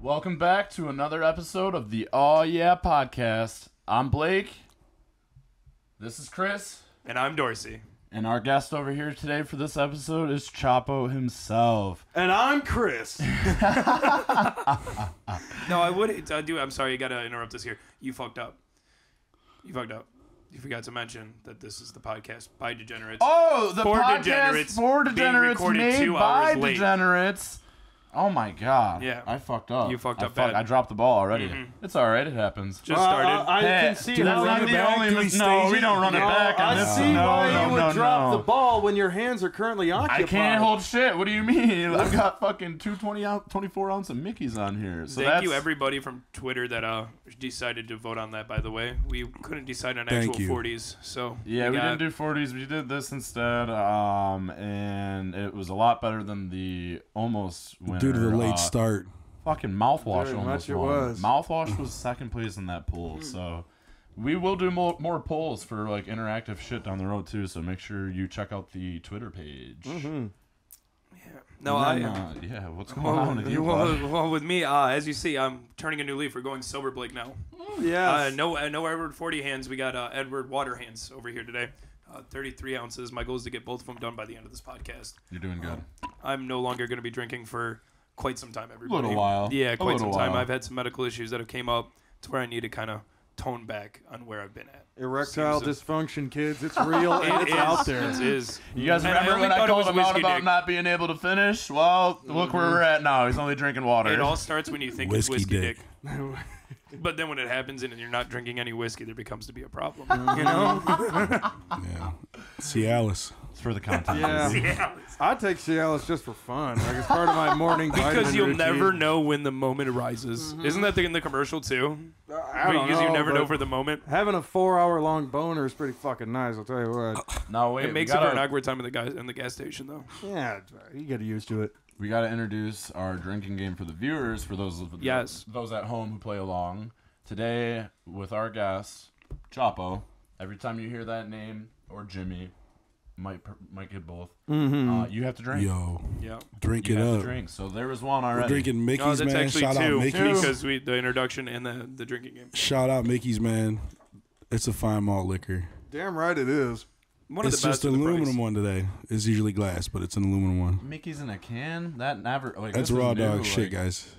Welcome back to another episode of the Oh Yeah Podcast. I'm Blake. This is Chris. And I'm Dorsey. And our guest over here today for this episode is Chapo himself. And I'm Chris. no, I would. I do. I'm sorry. I gotta interrupt this here. You fucked up. You fucked up. You forgot to mention that this is the podcast by degenerates. Oh, the For podcast degenerates for being degenerates recorded made two by hours late. degenerates. Oh my god. Yeah. I fucked up. You fucked I up bad. Mm-hmm. I dropped the ball already. It's all right. It happens. Just started. Uh, I, I Hey, can see dude, how that's you not the only do we mis- no, stage we it? don't run it No, back on I this see one. No, why no, you would no, drop no. the ball when your hands are currently I occupied. can't hold shit. What do you mean? I've got fucking two 20 ounce, 24 ounce of Mickey's on here. So Thank that's, you, everybody from Twitter that uh decided to vote on that. By the way, we couldn't decide on Thank actual you. 40s, so Yeah, we got- didn't do 40s. We did this instead. Um, and it was a lot better than the almost winner. due to the late uh, start. Fucking mouthwash Very almost much it won. was. Mouthwash was second place in that poll. So we will do more, more polls for like interactive shit down the road too. So make sure you check out the Twitter page. No, And I. then, uh, yeah, what's going Well, on with you? well, bud? well, with me, uh, as you see, I'm turning a new leaf. We're going sober, Blake, now. Uh, Yes. no, uh, no Edward 40 hands. We got uh, Edward water hands over here today. Uh, 33 ounces. My goal is to get both of them done by the end of this podcast. You're doing good. I'm no longer going to be drinking for quite some time, everybody. Little while. Yeah, A quite some little time. while. I've had some medical issues that have came up to where I need to kind of tone back on where I've been at. Erectile Seems dysfunction, kids. It's real and it's is, out there. It is. You guys And I remember only when I thought it called was him out whiskey about dick. not being able to finish? Well, look where we're at now. He's only drinking water. It all starts when you think Whiskey it's whiskey dick. dick. but then when it happens and you're not drinking any whiskey, there becomes to be a problem. You know? Yeah. Cialis. It's for the content. Yeah. yeah. I take Cialis just for fun. Like it's part of my morning Because vitamin you'll routine. never know when the moment arises. Mm-hmm. Isn't that the, in the commercial too? Uh, I don't because know, you never know but for the moment. Having a four-hour-long boner is pretty fucking nice. I'll tell you what. No, wait. It makes we, it for gotta, an awkward time in the guy in the gas station though. yeah, you get used to it. we gotta introduce our drinking game for the viewers, for those of- Yes. those at home who play along. Today, with our guest, Chapo. Every time you hear that name or Jimmy, might per- might get both. Mm-hmm. Uh, you have to drink. Yo, Yeah. drink You it have to up. drink. So there was one already. We're drinking No, Mickey's, that's man. actually Shout two out Mickey's. because we the introduction and the, the drinking game. Shout out Mickey's, man. It's a fine malt liquor. Damn right it is. One It's of the best just with an the price. aluminum one today. It's usually glass, but it's an aluminum one. Mickey's in a can. That never. Like, this That's is raw new, dog like- shit, guys.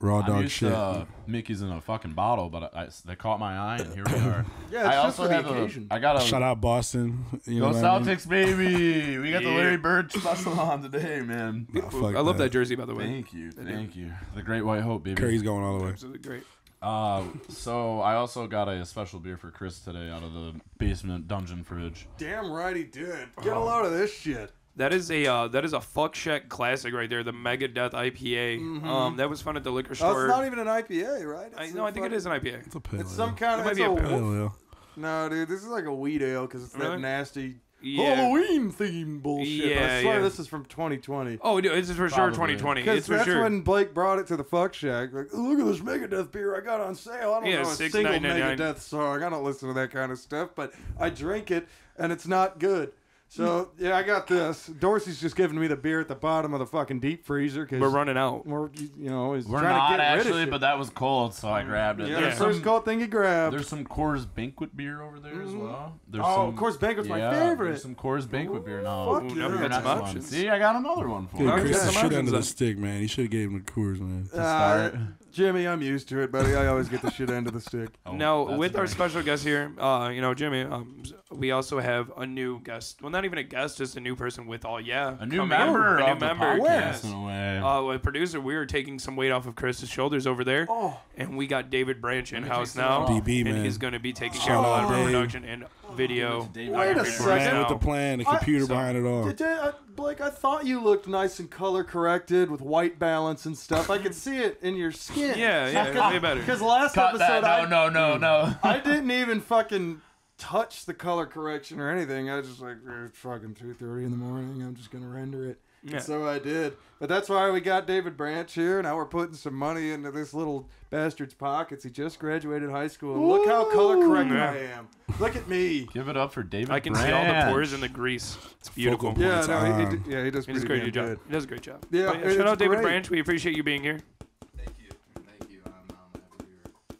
Raw I'm dog used shit. to uh, Mickey's in a fucking bottle, but I, I- they caught my eye, and here we are. Yeah, it's I just for the have a- occasion. I got a Shout out Boston. You know Go what I mean? Celtics, baby! We got the Yeah. Larry Bird special on today, man. Nah, fuck I love that jersey by the way. Thank you, thank you. The Great White Hope, baby. Curry's going all the way. Absolutely great. Uh, so I also got a special beer for Chris today out of the basement dungeon fridge. Damn right he did. Uh-huh. Get a load of this shit. That is a uh, that is a fuck shack classic right there. The Megadeth IPA. Um, that was found at the liquor Oh, store. it's Mm-hmm. not even an IPA, right? I, It's no, a I think it fucking- is an IPA. It's a pale It's ale. some kind It of. might It's be a a wolf- pale ale. No, dude, this is like a weed ale because it's that Really? nasty Yeah. Halloween themed bullshit. Yeah, I swear yeah. this is from 2020. Oh, dude, this is for Probably. sure 2020. Because It's for that's sure. when Blake brought it to the fuck shack. Like, look at this Megadeth beer I got on sale. I don't Yeah, know a six single nine nine nine. Megadeth song. I don't listen to that kind of stuff, but I drink it and it's not good. So yeah, I got this. Dorsey's just giving me the beer at the bottom of the fucking deep freezer because We're running out. you know, he's We're trying to not get rid actually, of shit. but that was cold, so I grabbed it. yeah, There's, the first some, cold thing you grab. there's some Coors Banquet beer over there as well. There's Oh, some, Coors Banquet's my yeah, favorite. There's some Coors Banquet beer now. fuck yeah. now we Your got some next one. options. See, I got another one for Dude, you. Okay. Chris, Yeah, that shit Marvin's under up. the stick, man. You should have gave him the Coors, man. Uh, start. Jimmy, I'm used to it, buddy. I always get the shit end of the stick. Oh, Now, that's with a our drink. special guest here, uh, you know, Jimmy, um, we also have a new guest. Well, not even a guest, just a new person with all, yeah. a new coming. member A new of the member, podcast yes. in a way. Uh, a producer, we were taking some weight off of Chris's shoulders over there, Oh. and we got David Branch in house take some now, off. DB, and man. he's going to be taking care of a Shout lot out of our Dave. production and video. Dave, Wait I a got second. right man now. with the plan, the I- computer so- behind it all. Did you- I, Blake, I thought you looked nice and color corrected with white balance and stuff. I could see it in your skin. Yeah, yeah, way better. Because last Cut episode, that. No, I, no, no, no. I didn't even fucking touch the color correction or anything. I was just like, "Eh, it's fucking 2.30 in the morning. I'm just going to render it. And Yeah. so I did. But that's why we got David Branch here. Now we're putting some money into this little bastard's pockets. He just graduated high school. And look how color correct Yeah. I am. Look at me. Give it up for David. I can Branch. see all the pores and the grease. It's beautiful. Focal Yeah, points no, he, he, on- did- yeah, he does He does a pretty great damn job. good. He does a great job. Yeah, But it's shout out David great. Branch. We appreciate you being here.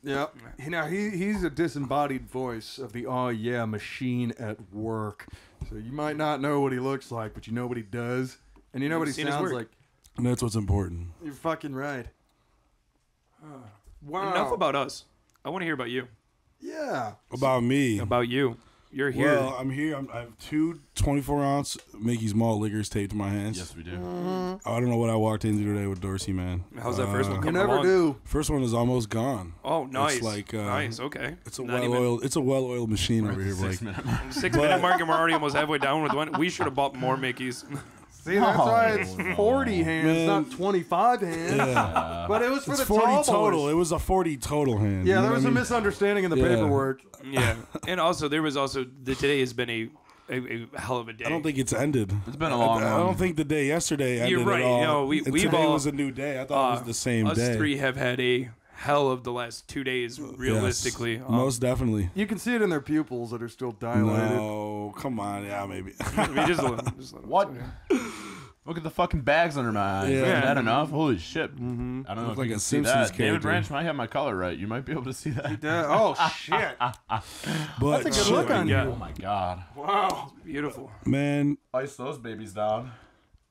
Yep. You know, he, he's a disembodied voice of the oh yeah machine at work. So you might not know what he looks like, but you know what he does. And you know what he You've seen his sounds work. like. And that's what's important. You're fucking right. Wow. Enough about us. I want to hear about you. Yeah. About me. About you. You're here. well, I'm here. I'm, I have two 24 ounce Mickey's Malt liquors taped to my hands. Yes, we Mm. do. I don't know what I walked into today with Dorsey, man. How's that first Uh, one You coming never along? do. First one is almost gone. Oh, nice. like, uh, nice. Okay. It's a Not even- well-oiled. It's a well-oiled machine over here, Blake. Six minute mark. Six minute mark, and we're already almost halfway down with one. We should have bought more Mickey's. See, that's why Oh, it's no. 40 hands, Man. not 25 hands. Yeah. But it was for It's the tall 40 boys. total. It was a 40 total hand. yeah, there You know was a what I mean? misunderstanding in the Yeah. paperwork. yeah. And also, there was also the, today has been a, a, a hell of a day. I don't think it's ended. It's been a I, long I don't one. think the day yesterday ended right. at all. No, we- And we've today all- was a new day. I uh, thought it was the same us day. three have had a hell of the last two days, Yes. realistically. Um, most definitely. You can see it in their pupils that are still dilated. No, come on. Yeah, maybe. I mean, just a little- just a little- What? it's okay. Look at the fucking bags under my eyes. Yeah. Isn't that enough? Holy shit. Mm-hmm. I don't know if like you a can see Simpsons that. David character. Branch might have my color right. You might be able to see that. Yeah, Oh, shit. but That's a good look shit, on Yeah. Oh my god. Wow. Beautiful. man, Ice those babies down.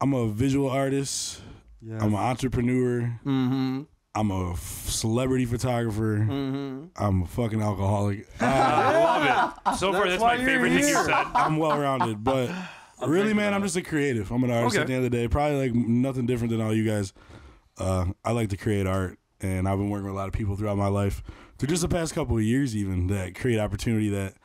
I'm a visual artist. Yeah. I'm an entrepreneur. mm-hmm. I'm a f- celebrity photographer. Mm-hmm. I'm a fucking alcoholic. I, I love it. So far, that's why my you're favorite thing you here. said. I'm well rounded, but really, man, I'm just a creative. I'm an artist at Okay. the end of the day. Probably like nothing different than all you guys. Uh, I like to create art, and I've been working with a lot of people throughout my life, through just the past couple of years, even that create opportunity that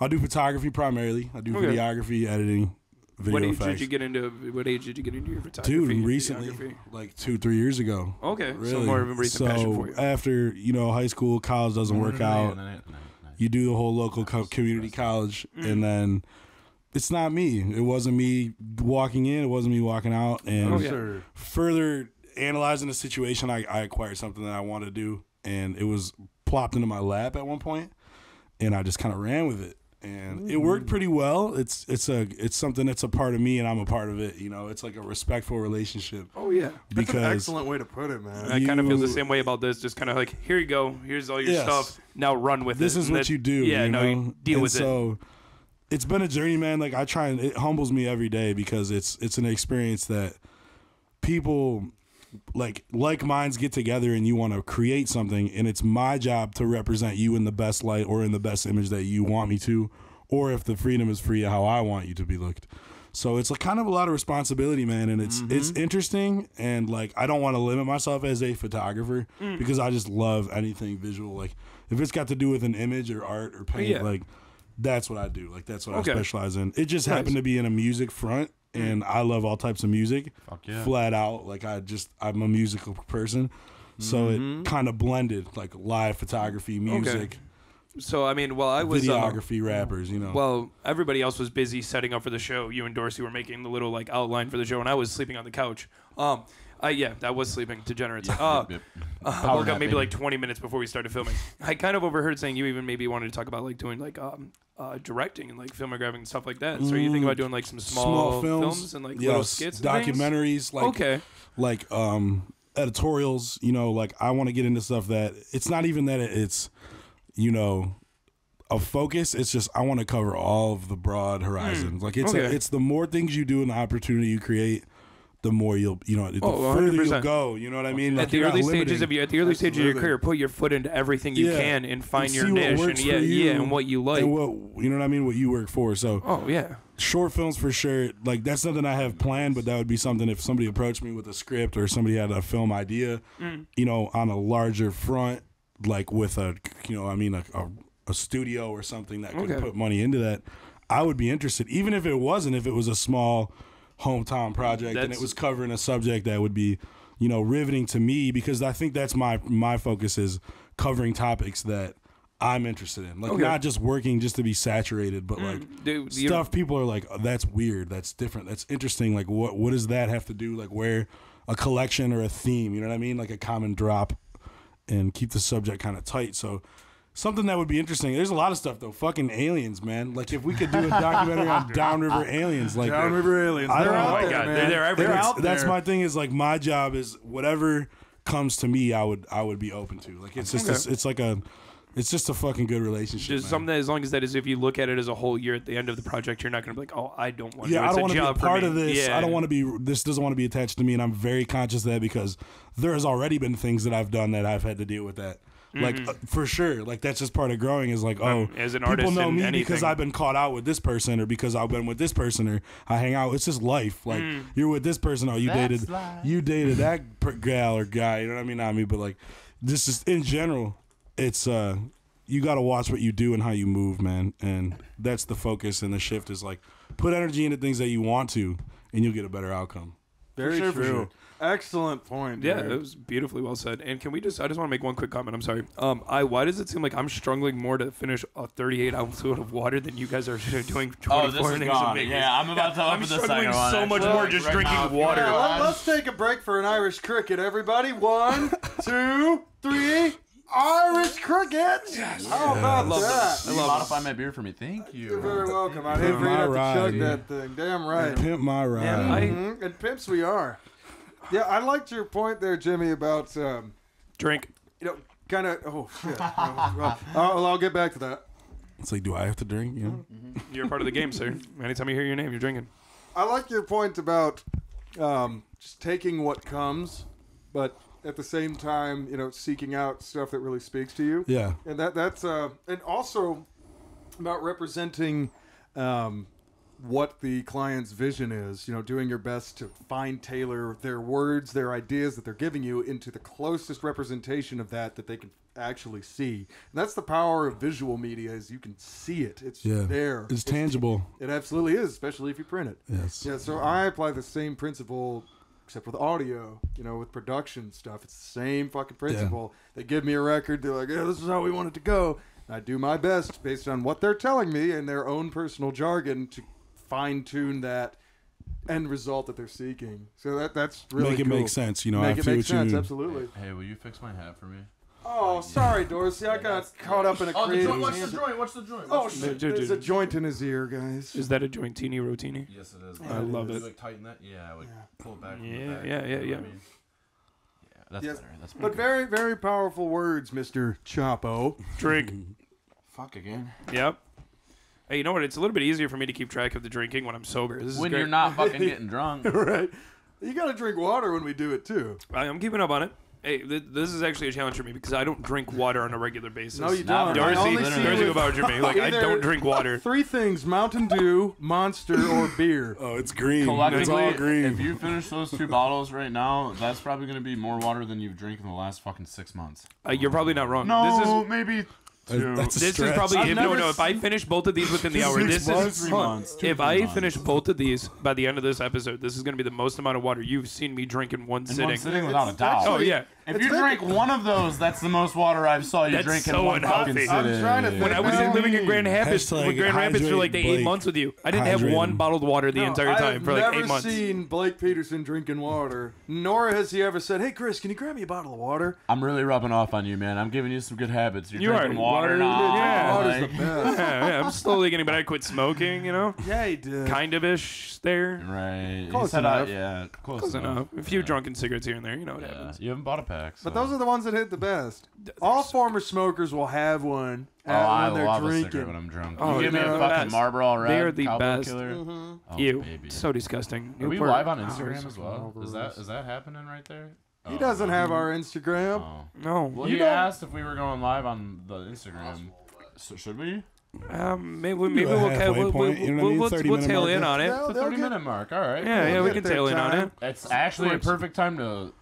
I do photography primarily. I do Okay. videography, editing, video What age effects. did you get into? What age did you get into your photography? Dude, recently, videography? like two, three years ago. Okay, Really. so more of a recent So passion for you. after you know high school, college doesn't Mm-hmm. work out. You do the whole local co- community college, Mm. and then it's not me. It wasn't me walking in. It wasn't me walking out. And Oh, yeah. further analyzing the situation, I, I acquired something that I wanted to do, and it was plopped into my lap at one point, and I just kind of ran with it, and Mm. it worked pretty well. It's it's a it's something that's a part of me, and I'm a part of it. You know, it's like a respectful relationship Oh yeah. That's an because excellent way to put it, man. I kind of feel the You- same way about this. Just kind of like, here you go. Here's all your Yes. stuff. Now run with this it. is what That- you do. Yeah, you no, know? you deal and with it. So it's been a journey, man. Like I try and it humbles me every day because it's it's an experience that people like like minds get together and you want to create something and it's my job to represent you in the best light or in the best image that you want me to or if the freedom is free how I want you to be looked. So it's a kind of a lot of responsibility, man, and it's Mm-hmm. it's interesting and like I don't want to limit myself as a photographer Mm. because I just love anything visual. Like if it's got to do with an image or art or paint, Yeah. like that's what I do. Like that's what Okay. Mm. I specialize in. It just happened to be in a music front, and I love all types of music. Fuck yeah. Flat out, like I just I'm a musical person, so Mm-hmm. it kind of blended like live photography, music, So I mean, while I was uh, videography, rappers. You know, well, everybody else was busy setting up for the show. You and Dorsey were making the little like outline for the show, and I was sleeping on the couch. Um, I yeah, I was sleeping. Degenerates. Uh, I woke up maybe like 20 minutes before we started filming. I kind of overheard saying you even maybe wanted to talk about like doing like um, uh, directing and like filmography and stuff like that. So are you thinking about doing like some small, films, and like little Mm. yes, skits, and things? documentaries, like okay, like um editorials you know like i want to get into stuff that it's not even that it- it's you know a focus it's just i want to cover all of the broad horizons like it's Hmm. Okay. it's the more things you do and the opportunity you create the more you'll you know the Oh, further 100%. you'll go you know what i mean at the early stages of your at the early stages of your Absolutely. career, put your foot into everything you Yeah. can and find And your see what niche and works for yeah, you. yeah, and what you like. and what you know what i mean what you work for so oh yeah, short films for sure like that's something i have planned but that would be something if somebody approached me with a script or somebody had a film idea Mm. you know on a larger front like with a you know i mean a, a, a studio or something that could Okay. put money into that i would be interested even if it wasn't if it was a small hometown project and That's- it was covering a subject that would be you know riveting to me because i think that's my my focus is covering topics that i'm interested in like Okay. Mm. not just working just to be saturated but like Dude, you- stuff people are like oh, that's weird that's different that's interesting like what what does that have to do like where a collection or a theme you know what i mean like a common drop and keep the subject kind of tight so something that would be interesting there's a lot of stuff though fucking aliens man like if we could do a documentary on downriver aliens like Downriver aliens. I They're don't out know. Oh my there, God, man. they're- they're everywhere. out that's there. my thing is like my job is whatever comes to me, I would I would be open to. Like it's just Okay. a, it's like a it's just a fucking good relationship. There's man. something as long as that is if you look at it as a whole year at the end of the project, you're not gonna be like, oh, I don't want. yeah, to. I It's don't a want to be a job for part me." of this. Yeah. I don't want to be. This doesn't want to be attached to me, and I'm very conscious of that because there has already been things that I've done that I've had to deal with that. Like uh, for sure, like that's just part of growing. Is like, oh, Mm-hmm. as an people artist know in me because anything. I've been caught out with this person, or because I've been with this person, or I hang out. It's just life. Like you're with this person, oh, you dated, you dated that per- gal or guy. You know what I mean? Not me, but like, this is in general. It's uh, you got to watch what you do and how you move, man. And that's the focus and the shift is like put energy into things that you want to and you'll get a better outcome. Very sure, for true. sure. Excellent point. Yeah, dude. that was beautifully well said. And can we just? I just want to make one quick comment. I'm sorry. Um, I why does it seem like I'm struggling more to finish a 38 ounce load of water than you guys are doing 24 Oh, this is things gone. of babies? Yeah, I'm about to open I'm the second struggling one, so much actually. more just Right drinking now. water. Yeah, Well, I'm- let's take a break for an Irish cricket, everybody. One, two, three. Irish cricket. How about love that? You modify my beer for me. Thank You're you. very welcome. I didn't my forget to ride, chug dude. that thing. Damn right. Pimp my ride. Damn, I Mhm. And pimps we are. Yeah, I liked your point there, Jimmy, about um, drink. you know, kind of. Oh shit. Oh, well, I'll, I'll get back to that. it's like, do I have to drink? You know? You're a part of the game, sir. Anytime you hear your name, you're drinking. I like your point about um, just taking what comes, but at the same time, you know, seeking out stuff that really speaks to you. Yeah. and that that's uh, and also about representing um, what the client's vision is. You know, doing your best to find tailor their words, their ideas that they're giving you into the closest representation of that that they can actually see. And that's the power of visual media is you can see it. It's Yeah. there. It's tangible. It absolutely is, especially if you print it. Yes. Yeah, so I apply the same principle, except with audio, you know, with production stuff. It's the same fucking principle. They give me a record, they're like, yeah, this is how we want it to go. And I do my best based on what they're telling me and their own personal jargon to fine tune that end result that they're seeking. So that that's really make it cool. make sense. You know, Make I it feel make what sense, you absolutely. Hey, will you fix my hat for me? Oh, sorry, Dorsey. I got caught up in a Oh, the creative. joint. What's the tangent. joint? What's the joint? Oh, What's the shit. Dude, There's a dude. joint in his ear, guys. Is that a jointini rotini? Yes, it is. I love Would it. you, Like tighten that. Yeah, like pull it back. from the Yeah, back, yeah, yeah, you know what I yeah. mean? Yeah, that's Yes, better. That's better. But very, very powerful words, Mr. Chapo. Drink. Mm-hmm. fuck again. yep. Hey, you know what? It's a little bit easier for me to keep track of the drinking when I'm sober. This is When great. you're not fucking getting drunk. right. You got to drink water when we do it, too. I- I'm keeping up on it. Hey, th- this is actually a challenge for me because I don't drink water on a regular basis. No, you Not don't. very- I Darcy, only see literally. Darcy you with about Jermaine. Like I Either- don't drink water. three things Mountain Dew, Monster, or beer. Oh, it's green. It's Collectively, all green. if you finish those two bottles right now, that's probably gonna be more water than you've drank in the last fucking six months. Uh, you're probably not wrong. this is No, maybe two. That- that's a this stretch. is probably I've if, no never no. If I finish both of these within the This hour, is this months, is three hold on. months, two, If three I months. finish both of these by the end of this episode, this is going to be the most amount of water you've seen me drink in one In sitting. one sitting without a doubt. Oh yeah. If you drink one of those, that's the most water I've saw you That's drink in so one fucking unhealthy. sitting. I'm trying to When I was Well, living in Grand Rapids, Hashtag with Grand Rapids for like the eight hydrate months with you, I didn't have Hydrating. one bottled water the No, entire I time have for like eight never months. seen Blake Peterson drinking water, nor has he ever said, "Hey, Chris, can you grab me a bottle of water?" I'm really rubbing off on you, man. I'm giving you some good habits. You're You drinking are. water Water- now. Ah, yeah. Water's like- the best. yeah, yeah, I'm slowly getting, but I quit smoking. You know, yeah, he did. kind of ish there. Right. He Close said I- enough. yeah, close, Close enough. enough. A few drunken cigarettes here and there. You know what Yeah, happens. You haven't bought a pack. So. But those are the ones that hit the best. All former smokers will have one Oh, at, I when they're love a drinking. cigarette when I'm drunk. Oh, you give me they're a the fucking best. Marlboro Red. They are the Cowboy best. Killer. Mm-hmm. Oh, You. baby. So disgusting. Are we Newport. live on Oh, Instagram it's- as well? Is that is that happening right there? he doesn't Mm-hmm. have our Instagram. Oh. No. Well, you he don't- asked if we were going live on the Instagram. So should we? Um, maybe maybe do a we'll halfway we'll, we'll, point, you know what I we'll, mean? we'll, 30 we'll minute tail in market. on it. Yeah. It's a 30 minute mark. All right. Yeah, yeah, Cool. we get can their tail in on time. it. It's actually a perfect time to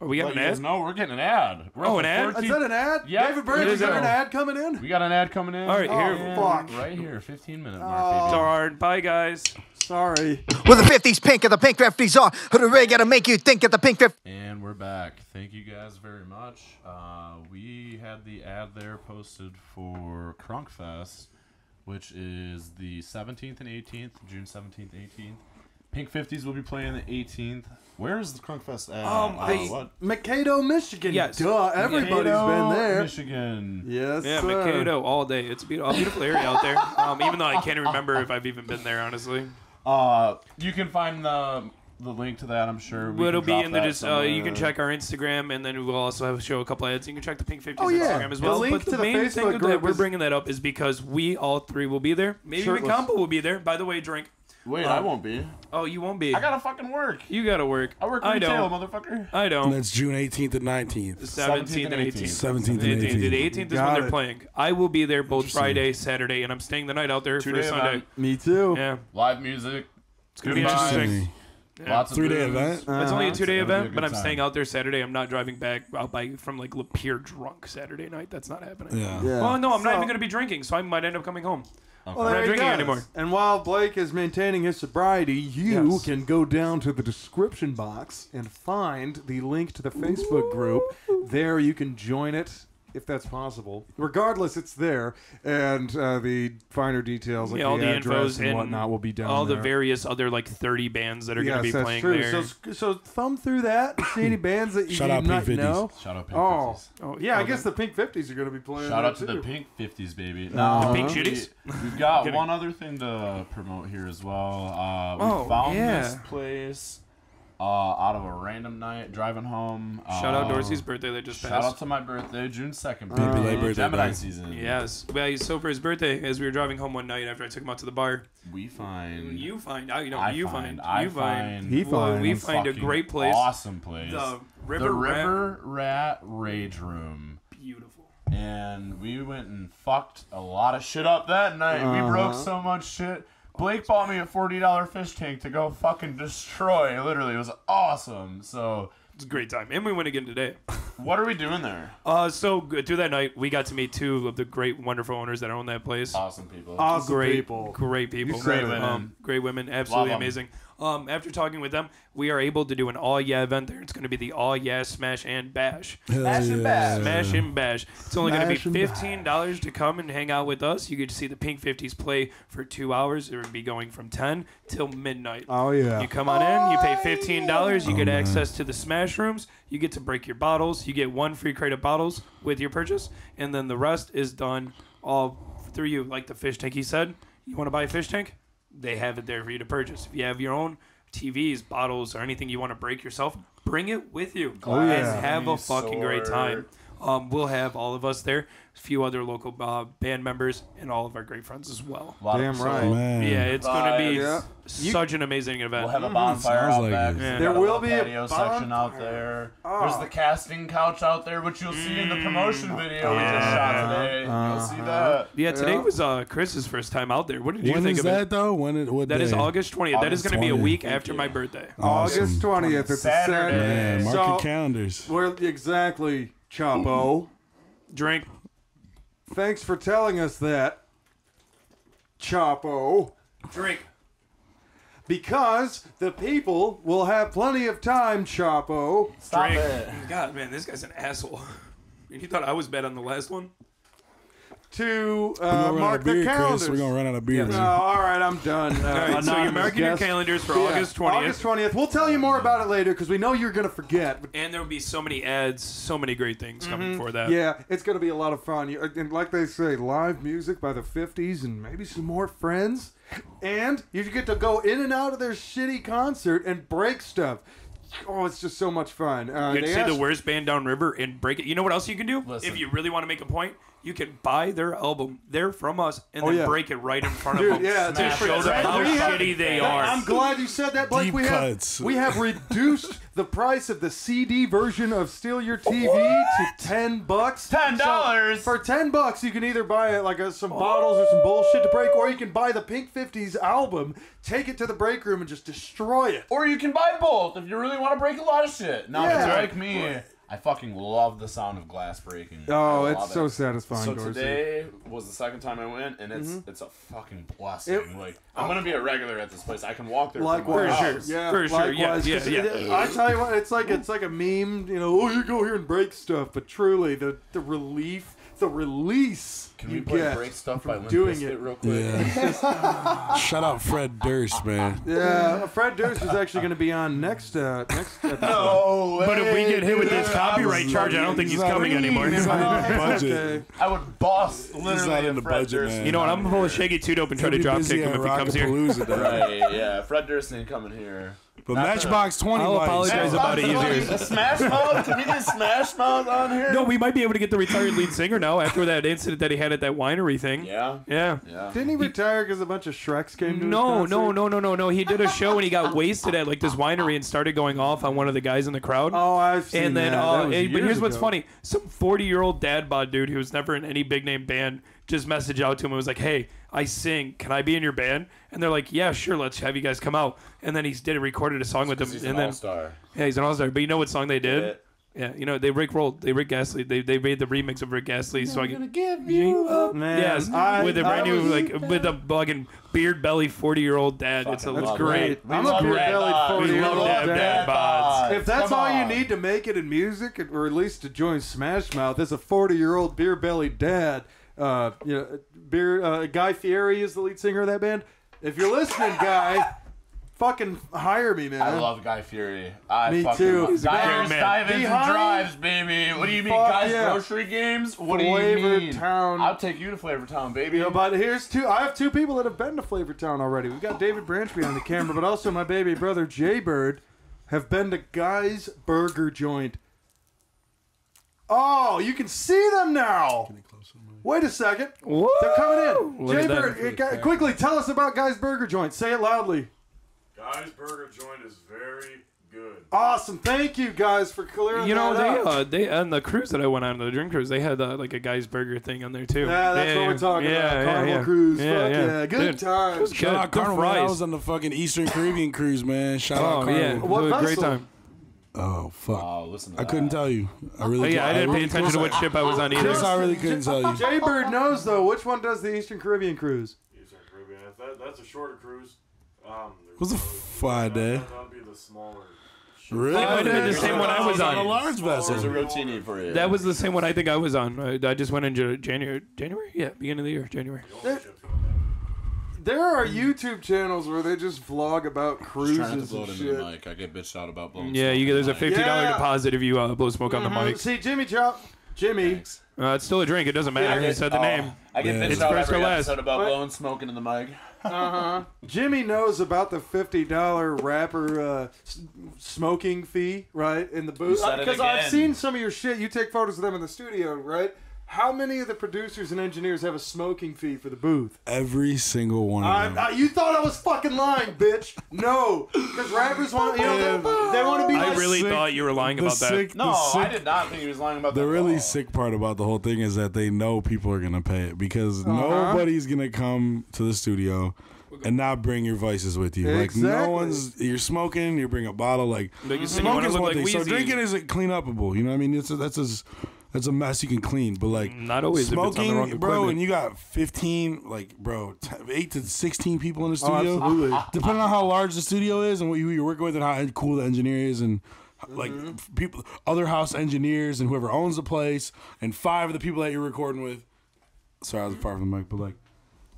Are we let got you an guys ad? know we're getting an ad. We're Oh, up an to ad? 14 Is that an ad? Yeah. David It Burns, is is there an an ad coming in? We got an ad coming in. All right, here. Oh, fuck. Right here, 15 minute Oh. mark, baby. Darn. Bye, guys. Sorry. Well, the 50s pink and the pink drafties are. Who the gotta make you think that the pink draft And we're back. Thank you guys very much. Uh, we had the ad there posted for Crunkfest, which is the 17th and 18th, June 17th, 18th. Pink 50s will be playing the 18th. Where is the Crunkfest at? Um, Uh, I- what? Mankato, Michigan. Yes. Duh, everybody's Mankato, been there. Michigan. Yes, Yeah, sir. Mankato all day. It's a beautiful, beautiful area out there. Um, even though I can't remember if I've even been there, honestly. Uh, you can find the the link to that. I'm sure we Well, it'll can be drop in the that dis- uh, you can somewhere. check our Instagram, and then we'll also have show a couple ads. You can check the Pink 50s Oh, yeah. Instagram as The well. link but to the the main thing Facebook that group we're is- bringing that up is because we all three will be there. Maybe even Shirtless. Compo will be there. By the way, drink. Wait, I won't be. Oh, you won't be. I gotta fucking work. you gotta work. I work I retail, don't. motherfucker. I don't. That's June 18th and 19th. 17th and 18th. 17th and 18th. 18th. The 18th is when Got they're it. playing. I will be there both Friday, Saturday, and I'm staying the night out there for day Sunday. event. Me too. Yeah, Live music. It's gonna be interesting. Lots of Three-day booze. event? it's Ah, only a Uh-huh. two day It'll be a event, good but I'm time. staying out there Saturday. I'm not driving back out by from like Lapeer drunk Saturday night. That's not happening. Yeah. Yeah. Well, Oh, no, I'm not So- even gonna be drinking, so I might end up coming home. Well, there not you drinking go. anymore. And while Blake is maintaining his sobriety, you Yes. can go down to the description box and find the link to the Facebook group. There you can join it if that's possible. Regardless, it's there, and uh, the finer details, like Yeah, all the, the address infos and, and whatnot, will be down All there. the various other like 30 bands that are yes, gonna be that's playing true. there. So, sc- so thumb through that. See any bands that you Shout do out not Pink 50s. know? Shout out Pink Oh. 50s. oh, Yeah, I okay. guess the Pink Fifties are going to be playing. Shout there, out to the too. Pink 50s, baby. Uh-huh. No, Pink we, shitties? We've got Kidding. one other thing to promote here as well. Uh, we Oh, found yeah. this place uh, out of a random night driving home. Shout Uh, out Dorsey's birthday that just Shout passed. out to my birthday, June 2nd. Happy baby. late birthday, Gemini man. season. yes. Well, he's so for his birthday, as we were driving home one night after I took him out to the bar, We find. you find out, you know, I you find. find, I you find, find. He well, we finds find a fucking great place. Awesome place. The River, the Rat- River Rat Rage Room. beautiful. and we went and fucked a lot of shit up that night. We broke so much shit. Blake bought me a forty dollar fish tank to go fucking destroy. Literally, it was awesome. So, It's a great time, and we went again today. what are we doing there? Uh, so good. through that night, we got to meet two of the great, wonderful owners that own that place. Awesome people. Awesome great people. great people, You said Great it. women. um, great women, absolutely Love 'em. amazing. Um, after talking with them, we are able to do an all yeah event there. It's going to be the all yeah smash and bash, Smash and bash. smash and bash. It's only going to be Smash and bash. fifteen dollars to come and hang out with us. You get to see the Pink Fifties play for two hours. It would be going from ten till midnight. Oh yeah. You come on in, Oh, you pay fifteen dollars, you get access to the smash rooms, you get to break your bottles, you get one free crate of bottles with your purchase, and then the rest is done all through you. Like the fish tank he said. You want to buy a fish tank? They have it there for you to purchase. If you have your own TVs, bottles, or anything you want to break yourself, bring it with you. Oh, yeah. have a Please, fucking great sword. time. Um, we'll have all of us there, a few other local uh, band members, and all of our great friends as well. Lot of- Damn so right. Man. Yeah, it's going to be Yeah. such an amazing event. We'll have a bonfire Sounds out like back. it. We've There Mm-hmm. got will little be a Ah. patio section out there. There's the casting couch out there, which you'll see in the Mm. promotion video we just shot today. Uh-huh. you'll see that. Yeah, today Yeah. was uh, Chris's first time out there. What did you When think is of that it? though? When it what That day? is August 20th. that is August going to be a 20th. week after my birthday. August twentieth. It's Saturday. a Saturday. Yeah, mark So- uh, your calendars. Where exactly, Chapo? Drink. Thanks for telling us that, Chapo. Drink. Because the people will have plenty of time, Chapo. Stop Drink. it. God, man, this guy's an asshole. And you thought I was bad on the last one? To We're uh, gonna run out mark of the beer, calendars. Chris. We're gonna run out of beer. No, all right, I'm done. Uh, All right, so you're anonymous marking your guest. calendars for Yeah, August 20th. August 20th. We'll tell you more about it later because we know you're going to forget. But and there will be so many ads, so many great things coming for that. Mm-hmm. yeah, it's going to be a lot of fun. You- And like they say, live music by the 50s and maybe some more friends. And you get to go in and out of their shitty concert and break stuff. Oh, it's just so much fun. Uh, You could they see the asked- worst band downriver and break it. You know what else you can do? Listen. If you really want to make a point, you can buy their album. They're from us, and Oh, then yeah. break it right in front of Dude, them. yeah, dude, to show them how we have- shitty they That- are. I'm glad you said that, Blake. Deep we cuts. have we have reduced the price of the CD version of Steal Your TV to ten bucks. $10. So for ten bucks, you can either buy like uh Oh. some bottles or some bullshit to break, or you can buy the Pink Fifties album, take it to the break room, and just destroy it. Or you can buy both if you really want to break a lot of shit. Now, if Yeah. you're like me, I fucking love the sound of glass breaking. Oh, I it's love so it. satisfying, So Dorsey. Mm-hmm. today was the second time I went, and it's it's a fucking blessing. like I'm gonna be a regular at this place. I can walk there. from my Likewise, house. sure. yeah, For sure, yeah, likewise, yeah, 'cause yeah. it- I tell you what, it's like it's like a meme. You know, oh, you go here and break stuff, but truly, the the relief, the release Can you we play get break stuff by Limp doing Bizkit it. real quick? Shout out Fred Durst, man. Yeah, uh, Fred Durst is actually going to be on next uh, next episode. No But if we get hit with this dude, copyright I'm charge, I don't think he's coming anymore. He's not in the No, it's budget. I would boss literally. not in if the Fred budget, Durst man. was You know what? not I'm gonna here. pull a shake it too dope and try to He'll be drop busy kick him at if he comes here. Rockapalooza, though. Right, yeah. Fred Durst ain't coming here. But Matchbox Twenty, I'll like, apologize about it easier. The Smash Mouth? Can we get Smash Mouth on here? No, we might be able to get the retired lead singer now after that incident that he had at that winery thing. Yeah. Yeah. Yeah. Didn't he retire because a bunch of Shreks came to No, his concert? no, no, no, no, no. He did a show and he got wasted at like this winery and started going off on one of the guys in the crowd. Oh, I've seen and then, that. uh, That was and- but years here's what's ago. funny: some 40 year old dad bod dude who was never in any big name band just messaged out to him and was like, "Hey, I sing. Can I be in your band?" And they're like, "Yeah, sure. Let's have you guys come out." And then he did recorded a song with them. He's and an then, all-star. yeah, he's an all star. But you know what song they did? it. Yeah, you know they Rick rolled. They Rick Gasly. They they made the remix of Rick Gasly's song. give you up. Man, Yes, I- with a I brand new was- like with a fucking beard belly forty year old dad. It's a Fucking little love great. that. We I'm a love beer that bellied bod. 40 We year love old that dad bod. If that's Come all you on. need to make it in music, or at least to join Smash Mouth, is a 40 year old beer bellied dad. Uh, you know, beer uh, Guy Fieri is the lead singer of that band. If you're listening, Guy, fucking hire me, man. I love Guy Fury. I Me fucking too. Love. He's a Divers, great man. divers, and Behind- drives, baby. What do you mean, Fuck guys? yeah. Grocery games? What do you Flavor mean? Town. I'll take you to Flavor Town, baby. You know, but here's two. I have two people that have been to Flavor Town already. We've got David Branch behind the camera, but also my baby brother Jay Bird have been to Guy's Burger Joint. Oh, you can see them now. Wait a second. Whoa! They're coming in. Look Jay at that. Bird, uh, Guy- quickly tell us about Guy's Burger Joint. Say it loudly. Guy's Burger Joint is very good. Awesome. Thank you guys for clearing You know that up. they uh, they on the cruise that I went on the drink cruise they had uh, like a guy's burger thing on there too. yeah, that's what we're talking yeah, about. Yeah, Carnival yeah. Cruise. Yeah, Fuck yeah. yeah. Good Dude, time. It was Shout good. out Good Carnival. when I fries. was on the fucking Eastern Caribbean cruise, man. Shout out Oh Carnival. yeah, What It was a great vessel? time. Oh fuck. oh, listen. To I that. couldn't tell you. I Oh, really. yeah, I didn't pay attention to what ship I was on Chris, either. I really couldn't tell you. Jay Bird knows though which one does the Eastern Caribbean Cruise. Eastern Caribbean. That- That, that's a shorter cruise. Um, was a five day. That would be the smaller. Really? It might have been the same one I was on a on. large vessel. There's a rotini for you. That was the same one I think I was on. Uh, I, I just went in Ja- January, January, yeah, beginning of the year, January. There are YouTube channels where they just vlog about Trying not cruises to blow and it into shit. the mic. I get bitched out about blowing. Yeah, smoke you get, in there's the a mic. fifty dollar Yeah. Mm-hmm. deposit if you uh, blow smoke on the mic. Um, See, Jimmy Chop, Jimmy, Uh, it's still a drink. It doesn't matter. I You get- said the oh, name. I get bitched It's out first or every last. episode about blowing smoke into the mic. Jimmy knows about the fifty dollar rapper uh, s- smoking fee, right? In the booth, said it because I've again. seen some of your shit. You take photos of them in the studio, right? How many of the producers and engineers have a smoking fee for the booth? Every single one I, of them. I, you thought I was fucking lying, bitch. No, because rappers want you know they, they want to be. I like really sick- thought you were lying The about that. sick, No, the sick I did not think he was lying about that. The at really all. sick part about the whole thing is that they know people are gonna pay it because nobody's gonna come to the studio and not bring your vices with you. Like Exactly. no one's you're smoking, you bring a bottle. Like Like you said, you smoking wanna is look one like thing, so Wheezy. drinking isn't clean upable. You know what I mean? It's a, that's a that's a mess you can clean, but like Not always if it's on the smoking, wrong bro. equipment. And you got fifteen, like bro, t- eight to sixteen people in the Oh, studio. absolutely. depending on how large the studio is and what you- who you're working with and how cool the engineer is and like Mm-hmm. f- people other house engineers and whoever owns the place and five of the people that you're recording with sorry i was far from the mic but like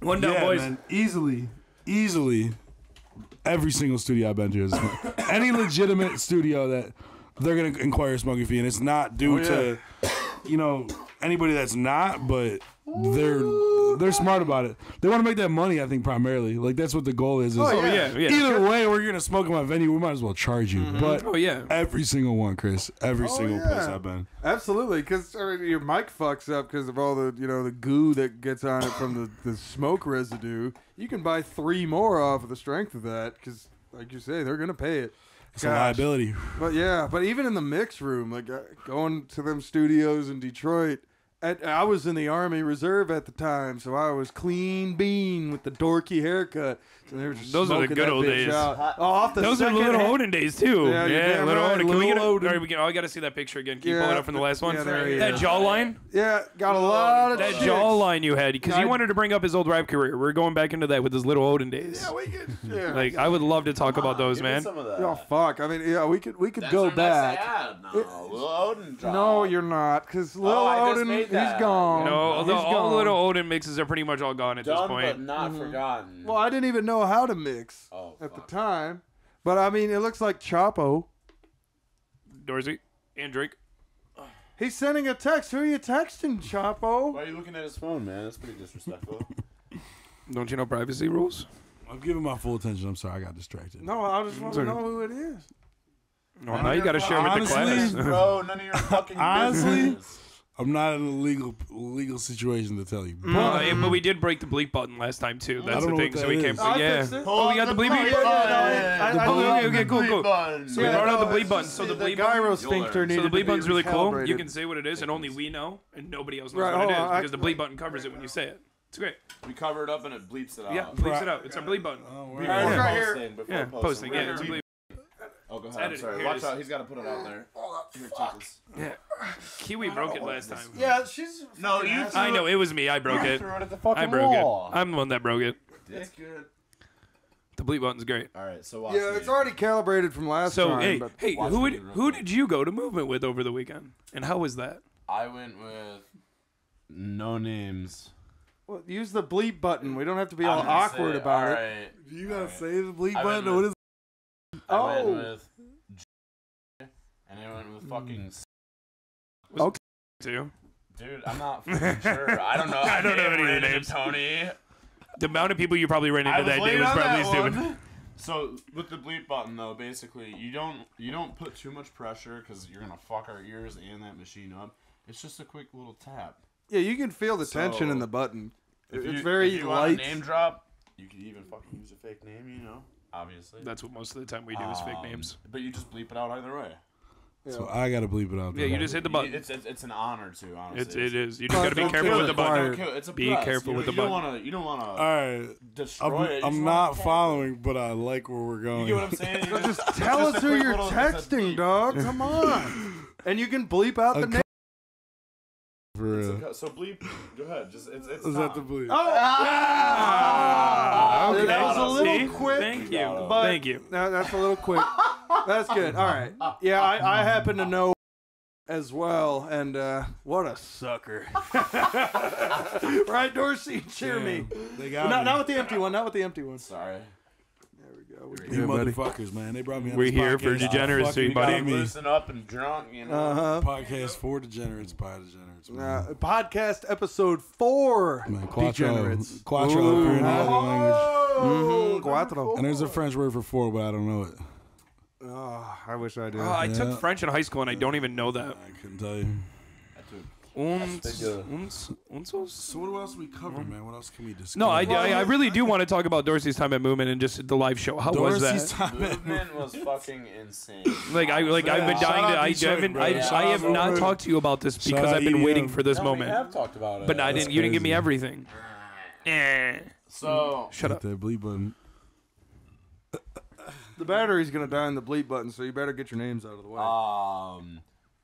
One down, yeah, boys. man, easily easily every single studio i've been to is any legitimate studio that they're gonna inquire a smoking fee and it's not Oh, due to you know anybody that's not but they're they're smart about it they want to make that money i think primarily like that's what the goal is, is Oh, Oh, yeah, yeah. Either way, we're gonna smoke in my venue. We might as well charge you. But Oh yeah. Oh, every single one, Chris. Every single yeah. place I've been. Absolutely, because I mean, your mic fucks up because of all the you know the goo that gets on it from the, the smoke residue. You can buy three more off of the strength of that because, like you say, they're gonna pay it. It's a Gosh. liability. But yeah, but even in the mix room, like uh, going to them studios in Detroit. At, I was in the Army Reserve at the time, so I was clean bean with the dorky haircut. So they were just Those are the smoking good that old bitch days. Out. Oh, off the Those are the second little hand- Odin days too. Yeah, Yeah, you're damn little right, Odin. Can we Little get a, Odin. all right, we can, oh, I got to see that picture again. Can you pull Yeah, it up from the last one? yeah, there he that is. jawline. Yeah, got a lot of Oh, That chicks. jawline you had, because I- you wanted to bring up his old rap career. We're going back into that with his little Odin days. Yeah, we could. Yeah. Like I would love to talk about those, Give me man. Some of that. Oh fuck! I mean, yeah, we could we could Uh, That's go our next back. ad. No, Lil Odin drop. No, you're not, because Lil Oh, I just Odin, made he's that. gone. No, although he's all gone. the little Odin mixes are pretty much all gone at this done point. but not forgotten. Well, I didn't even know how to mix Oh, at the fuck. time, but I mean, it looks like Chapo. Dorsey and Drake. He's sending a text. Who are you texting, Chapo? Why are you looking at his phone, man? That's pretty disrespectful. Don't you know privacy rules? I'm giving my full attention. I'm sorry, I got distracted. No, I just want to know who it is. Well, now you got to share with Honestly- the class. Bro, none of your fucking Honestly? business. I'm not in a legal legal situation to tell you. But Well, Uh, yeah, but we did break the bleep button last time too. That's don't the know thing. what So that we is. can't. I yeah. fixed it. Oh, we got the bleep bleep button. Oh, button. I- I Okay, love okay, cool, cool. So we Yeah, learned no, how the bleep it's button. just So the the bleep gyro button. sphincter So needed the to be bleep button's really cool. recalibrated. You can say what it is, and only we know, and nobody else knows Right, what it oh, is I- because the bleep button covers it when you say it. It's great. We cover it up and it bleeps it out. Yeah, bleeps it out. It's our bleep button. Before It's right here. posting, before Oh, Yeah, posting. posting. Oh, We're Yeah, it's a gonna bleep. re- Oh, go ahead. I'm edited. sorry. Here it Watch is. out. He's got to put it out there. Here, check this. Yeah. Kiwi broke it last time. Yeah, she's. No, you. I know it was me. I broke it. Threw it at the fucking I broke it. wall. I'm the one that broke it. That's good. The bleep button's great. All right, so watch Yeah, me. it's already calibrated from last So time. hey, but hey, watch who me would, real who did you go to movement with over the weekend, and how was that? I went with No names. well, use the bleep button. We don't have to be all I'm gonna awkward say, about all it. right, you gotta say the bleep I button. went or What is? I went Oh, with J- and I went with fucking s- Too. dude. I'm not fucking sure. I don't know. I don't know Damn any of the random names. Tony. The amount of people you probably ran into I was that day late was on probably that stupid. one. So with the bleep button though, basically you don't you don't put too much pressure because you're gonna fuck our ears and that machine up. It's just a quick little tap. yeah, you can feel the tension So- in the button. If It's you- very if you want a light. name drop. You could even fucking use a fake name, you know. Obviously. That's what most of the time we do is fake Um, names. But you just bleep it out either way. So I gotta bleep it out. Yeah, though. you just hit the You- button. It's, it's it's an honor to honestly. It's, it is. You just gotta be Don't careful kill with the it. button. Required. Don't kill- It's a Be press. careful you, with the you don't button. Wanna, you don't want to Uh, All right. I'm, destroy it. You just I'm wanna- not following, but I like where we're going. You know what I'm saying? You just, Tell it's just us a who quick you're little- it's a texting, beep. dog. Come on. And you can bleep out A the co- name. For real. Okay, So bleep. Go ahead. Just it's it's Is that not. the bleep? Oh, Ah, That was a little See? quick, Thank you. but- Thank you. No, that's a little quick. That's good. All right. Yeah, I, I happen to know as well, and uh, what a sucker. right, Dorsey? Cheer me. They got Not, me. not with the empty one. Not with the empty one. Sorry. There we go. We did you it, buddy. motherfuckers, man. They brought me. on We're this here for podcast. degeneracy, Fucking buddy. got me. Loosen up and drunk. You know. Uh-huh. Podcast for degenerates by degenerates. Man. Uh, podcast episode four. Man, quattro, Degenerates. quattro Ooh. if you're in the other language. Oh! Mhm, Cuatro. And there's a French word for four, but I don't know it. Oh, I wish I did. Uh, I Yeah. took French in high school and I don't even know that. I couldn't tell you. Uns, good. uns, unsos? So what else we cover, man? What else can we discuss? No, I, I, I really do want to talk about Dorsey's time at Movement and just the live show. How was Dorsey's that? time. Movement was fucking insane. Like I like I've been Shout dying to out I Detroit, haven't bro. I, Shout I out have not Detroit. talked to you about this Shout because out I've been waiting EDM. for this No, We moment. have talked about it. But I didn't you didn't give me crazy. everything. Eh. So Shut Hit up. that bleep button. The battery's gonna die on the bleep button, so you better get your names out of the way. um,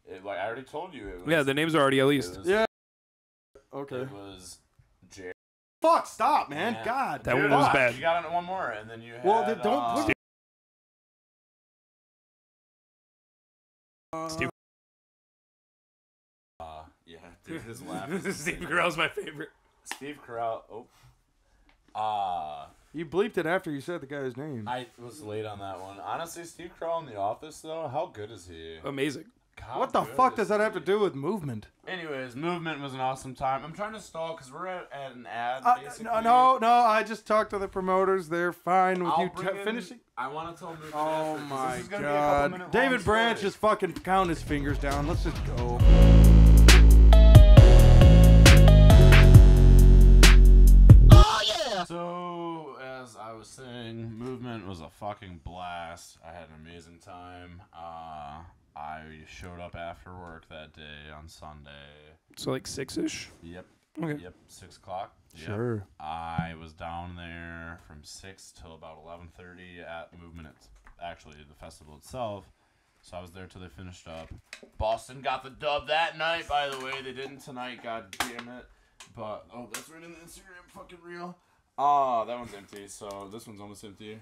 it, like I already told you, it was. Yeah, the names are already at it least. was- Yeah. It okay. was Jerry. Fuck! Stop, man. Yeah. God. That Dude, one was fuck, bad. You got one more, and then you. Had, Well, then don't um, put it- Steve, Uh, yeah, dude, his laugh. Is Steve insane. Carell's my favorite. Steve Carell. Oh. Uh, You bleeped it after you said the guy's name. I was late on that one. Honestly, Steve Carell in The Office, though, how good is he? Amazing. How what the good fuck is does that have to he? do with movement? Anyways, Movement was an awesome time. I'm trying to stall because we're at, at an ad, Uh, basically. no, no, no. I just talked to the promoters. They're fine with I'll you bring t- in- finishing. I want to tell Movement Oh after, 'cause my this is gonna be a couple minute god. long David Branch story. is fucking counting his fingers down. Let's just go. So, as I was saying, movement was a fucking blast. I had an amazing time. Uh, I showed up after work that day on Sunday. So like six ish. Yep. Okay. Yep. Six o'clock. Yep. Sure. I was down there from six till about eleven thirty at movement. It's actually the festival itself. So I was there till they finished up. Boston got the dub that night. By the way, they didn't tonight. God damn it. But oh, that's right in the Instagram fucking reel. Ah, that one's empty. So this one's almost empty.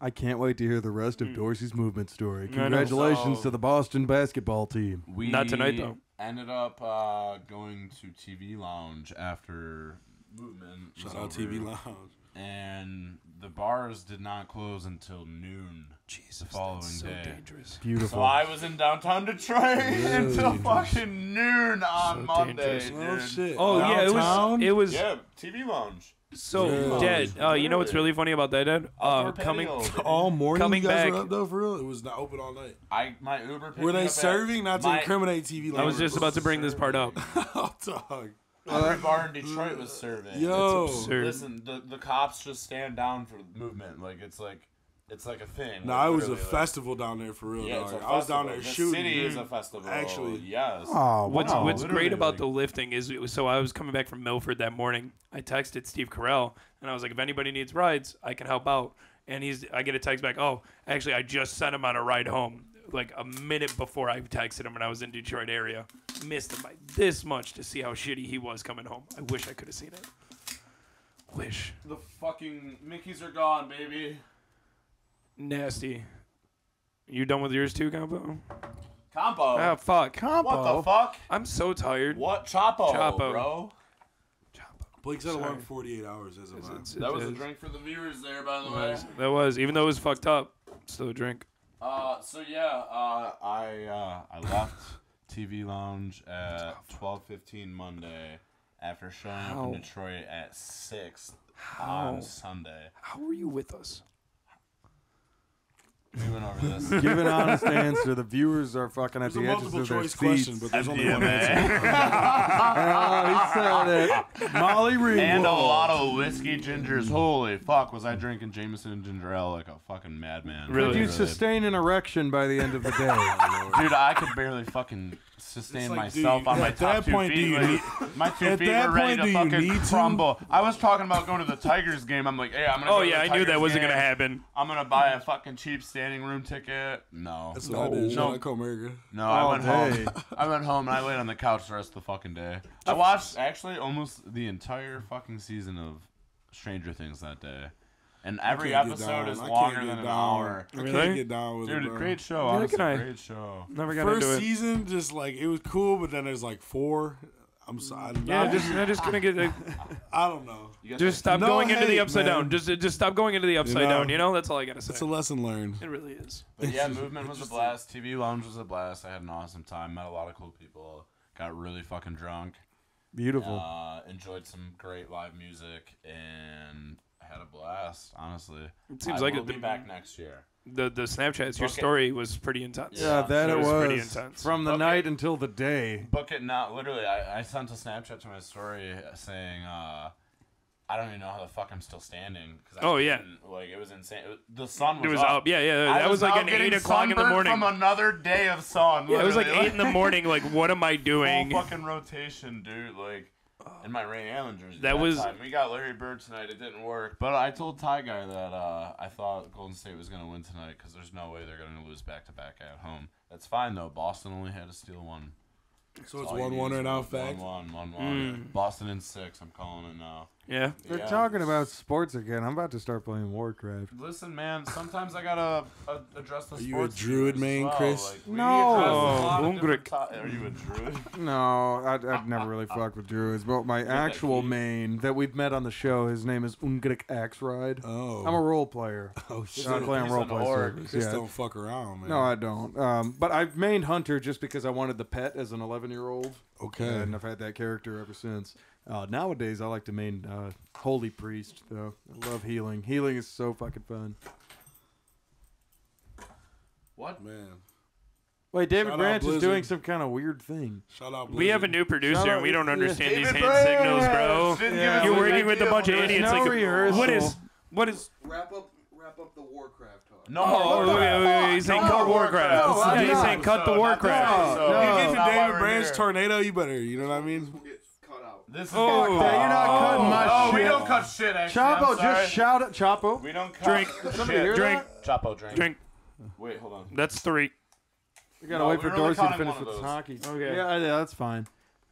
I can't wait to hear the rest of Dorsey's movement story. know. Congratulations So- to the Boston basketball team. We Not tonight, though. Ended up uh, going to TV Lounge after movement. was Shout out over. TV Lounge. And the bars did not close until noon. Jesus. following that's so day. dangerous. So Beautiful. I was in downtown Detroit until fucking noon on So Monday. dangerous. dude. Oh shit. Oh yeah, it was Downtown? it was Yeah, TV lounge. So, Dad, uh, you know what's really funny about that, Dad? Uh, Outdoor coming, patio, baby. All morning, Coming you guys were back- up though for real. It was not open all night. I my Uber. picked me Were they up at- serving? Not to my- incriminate TV. I was just about to bring this part up. dog. Every bar in Detroit was serving. Yo, absurd. Listen, the, the cops just stand down for movement. Like it's like it's like a thing. no, it was a Literally, like- festival down there for real, Yeah, dog. it's I a was down there festival. the shooting. City is a festival. Actually. yes. Oh, What's wow. what's literally, great about like- the lifting is it was- so I was coming back from Milford that morning. I texted Steve Carell and I was like, if anybody needs rides, I can help out. And he's I get a text back. Oh, actually, I just sent him on a ride home like a minute before I texted him when I was in Detroit area. Missed him by this much to see how shitty he was coming home. I wish I could have seen it. Wish The fucking Mickeys are gone, baby. nasty. You done with yours too, Compo? Compo. Ah, fuck. what the fuck? I'm so tired. What Chapo, Chapo. bro? Blake said Sorry. along 48 hours as of mine. That was a drink for the viewers there, by the way. That was, even though it was fucked up, still a drink. Uh, so yeah, uh, I uh, I left TV Lounge at twelve fifteen Monday after showing up in How? Detroit at six How? on Sunday. How were you with us? We went over this. Give an honest answer. The viewers are fucking at It's a the edges multiple of their choice seats. question, but there's only one answer. Oh, he said it. Molly Ringwald. And a lot of whiskey gingers. Holy fuck, was I drinking Jameson and ginger ale like a fucking madman? Really? Could you sustain an erection by the end of the day? Dude, I could barely fucking sustain It's like, do myself you- on my at top that two point, do feet. you like, need- my two at feet that were ready point, do to you fucking need to? crumble. I was talking about going to the Tigers game. I'm like, hey, I'm gonna. Oh go to yeah, the I knew that Tigers wasn't gonna game. happen. I'm gonna buy a fucking cheap standing room ticket. No, That's what I Oh, did. Shout No. out Comerica. no, I all went day. home. I went home and I laid on the couch the rest of the fucking day. I watched actually almost the entire fucking season of Stranger Things that day, and every Can't get down. episode is I can't longer get than an down. hour. I Really? can't get down with it, Dude, bro. great show. Yeah, Honestly, can I- great show. Never got First into it. season, just like it was cool, but then there's like four. I'm sorry. yeah, just I just gonna get like, I don't know. just stop No going into the hate, upside man. down. Just uh, just stop going into the upside know? down. You know that's all I gotta say. It's a lesson learned. it really is. But yeah, movement was a blast. TV lounge was a blast. I had an awesome time. Met a lot of cool people. Got really fucking drunk. Beautiful. Uh, enjoyed some great live music and had a blast. Honestly, It seems I like will it- be back next year. The the Snapchats, your Fuck it. story was pretty intense. Yeah, yeah, that it it was was. pretty intense. From the Okay. night until the day. Book it now. Literally, I, I sent a Snapchat to my story saying, uh, "I don't even know how the fuck I'm still standing." 'cause I Oh, yeah. couldn't- like it was insane. It was- the sun was, It was up. up. Yeah, yeah. I that was, like out an getting eight o'clock in the sunburned morning. From another day of sun. Yeah, it was like literally. eight in the Oh, morning. Like, what am I doing? Full fucking rotation, dude. Like in my Ray Allen jersey. That was- time. we got Larry Bird tonight. It didn't work, but I told Ty guy that uh, I thought Golden State was gonna win tonight because there's no way they're gonna lose back to back at home. That's fine though. Boston only had to steal one. So it's All you one need one is right now. one- Fact. One one one one. Hmm. Boston in six. I'm calling it now. Yeah. They're Yeah. talking about sports again. I'm about to start playing Warcraft. Listen, man. Sometimes I gotta uh, address the. Are you a druid man, Chris? No. Oh, Ungric. Are you a druid? No, I'd, I've never really fucked with druids, but my actual main that we've met on the show, his name is Ungrik Axride. Oh. I'm a role player. oh shit. I'm playing he's role an play orc. service. Just Yeah. don't fuck around, man. No, I don't. Um, but I've mained hunter just because I wanted the pet as an 11 year old, okay. and I've had that character ever since. Uh, nowadays, I like to main uh, holy priest though. I love healing. Healing is so fucking fun. Man, Wait, David Shout out Branch is Blizzard. doing some kind of weird thing. shout out. We have a new producer and we don't understand these David hand Branch signals, bro. didn't Yeah. give us You're an working with a idea bunch of what- idiots. no like, rehearsal. what is, what is? Wrap up, wrap up the Warcraft talk. No, Oh, what look the at- look at- he's saying cut Warcraft. No, I'm he's not. saying cut the So, Warcraft. not that No, episode. no. Get That's your Oh, Not why David we're Branch here. tornado. You better. You know what I mean? We'll get cut out. This is Yeah, you're not cutting my Oh, shit. we don't cut shit. Actually, I'm Chapo, sorry. just shout at Chapo. We don't cut Drink. Somebody hear shit. Drink, Chapo, drink. drink. Wait, hold on. That's three. We gotta No, wait we for really Dorsey caught to him finish one of with his those. hockey. Okay. Yeah, yeah, that's fine.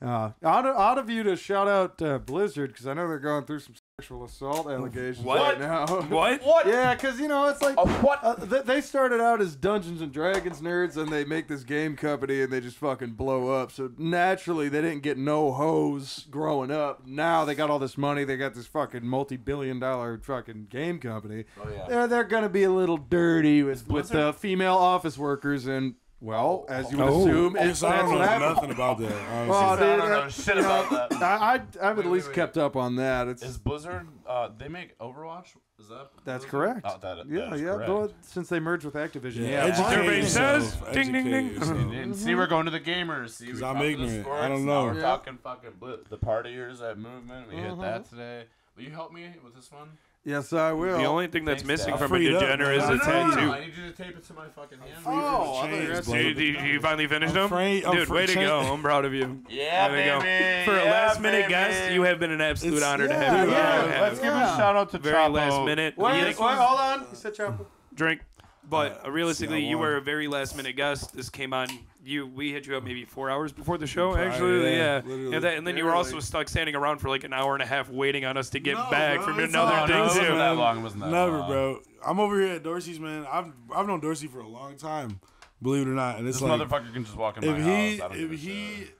Uh, out, of, out of you to shout out uh, Blizzard because I know they're going through some sexual assault allegations What? right now. What? yeah, because you know it's like Oh, what? uh, th- they started out as Dungeons and Dragons nerds, and they make this game company, and they just fucking blow up. So naturally, they didn't get no hoes growing up. Now they got all this money. They got this fucking multi-billion-dollar fucking game company. Oh, yeah. They're they're gonna be a little dirty with with uh, female office workers and Well, as you would Oh. assume, it's So I that's don't what know happened. nothing about that. honestly. Oh, I dude, don't know shit about that. I, I, I've at least wait. kept up on that. It's Is Blizzard? Uh, they make Overwatch. Is that? that's Blizzard? correct. Oh, that- that yeah, is yeah. correct. Well, since they merged with Activision, Yeah, Fine. educate Everybody yourself, says, ding, ding, educate ding. yourself. And see, we're going to the gamers. See, we Mm-hmm. 'Cause I'm talked to the ignorant. sports, I don't now know. We're Yeah. talking fucking bl- the partiers at movement. We hit that today. Will you help me with this one? Yes, I will. The only thing that's Thanks, missing Dad. from a Freed up, degenerate is a man. No, No, no, no, tattoo. I need you to tape it to my fucking hand. oh, I thought you were Chains, asking- brother. Dude, you, you finally finished I'm them, free- I'm dude. free- way to Chain- go! I'm proud of you. Yeah, Way to go. baby. For a Yeah, last minute baby. guest, you have been an absolute It's- honor to yeah, have you. yeah, on. Yeah. Let's give a shout out to very Chapo. last minute Wait, Like, wait, hold on. You said Chapel. drink. But uh, realistically, I you won. were a very last minute guest. This came on you. We hit you up maybe four hours before the show, Prior, actually. yeah, Yeah. literally. And, that, and then you were also stuck standing around for like an hour and a half waiting on us to get back from not- another no, thing it's too. not- that long, it wasn't that Never, long. bro. I'm over here at Dorsey's, man. I've I've known Dorsey for a long time, believe it or not. And it's This like motherfucker can just walk in my if he house. I don't give a if he shit.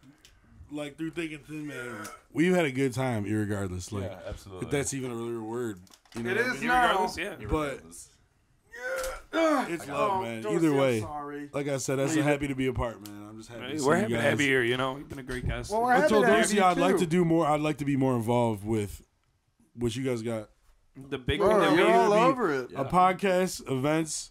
like through thick and thin, man, we've had a good time, irregardless. Like Yeah, absolutely. if that's even a real word, you know. It what I is mean? now. Regardless, yeah. But it's oh, love, man. Dorsey, Either I'm way, sorry. like I said, that's a happy to be a part, man. I'm just happy. to see We're you happy to guys. have you here. You know, you've been a great guest. Well, we're I happy told to have Dorsey you, I'd like too. to do more. I'd like to be more involved with what you guys got. the big Bro, thing that you're we all over it. A podcast, events.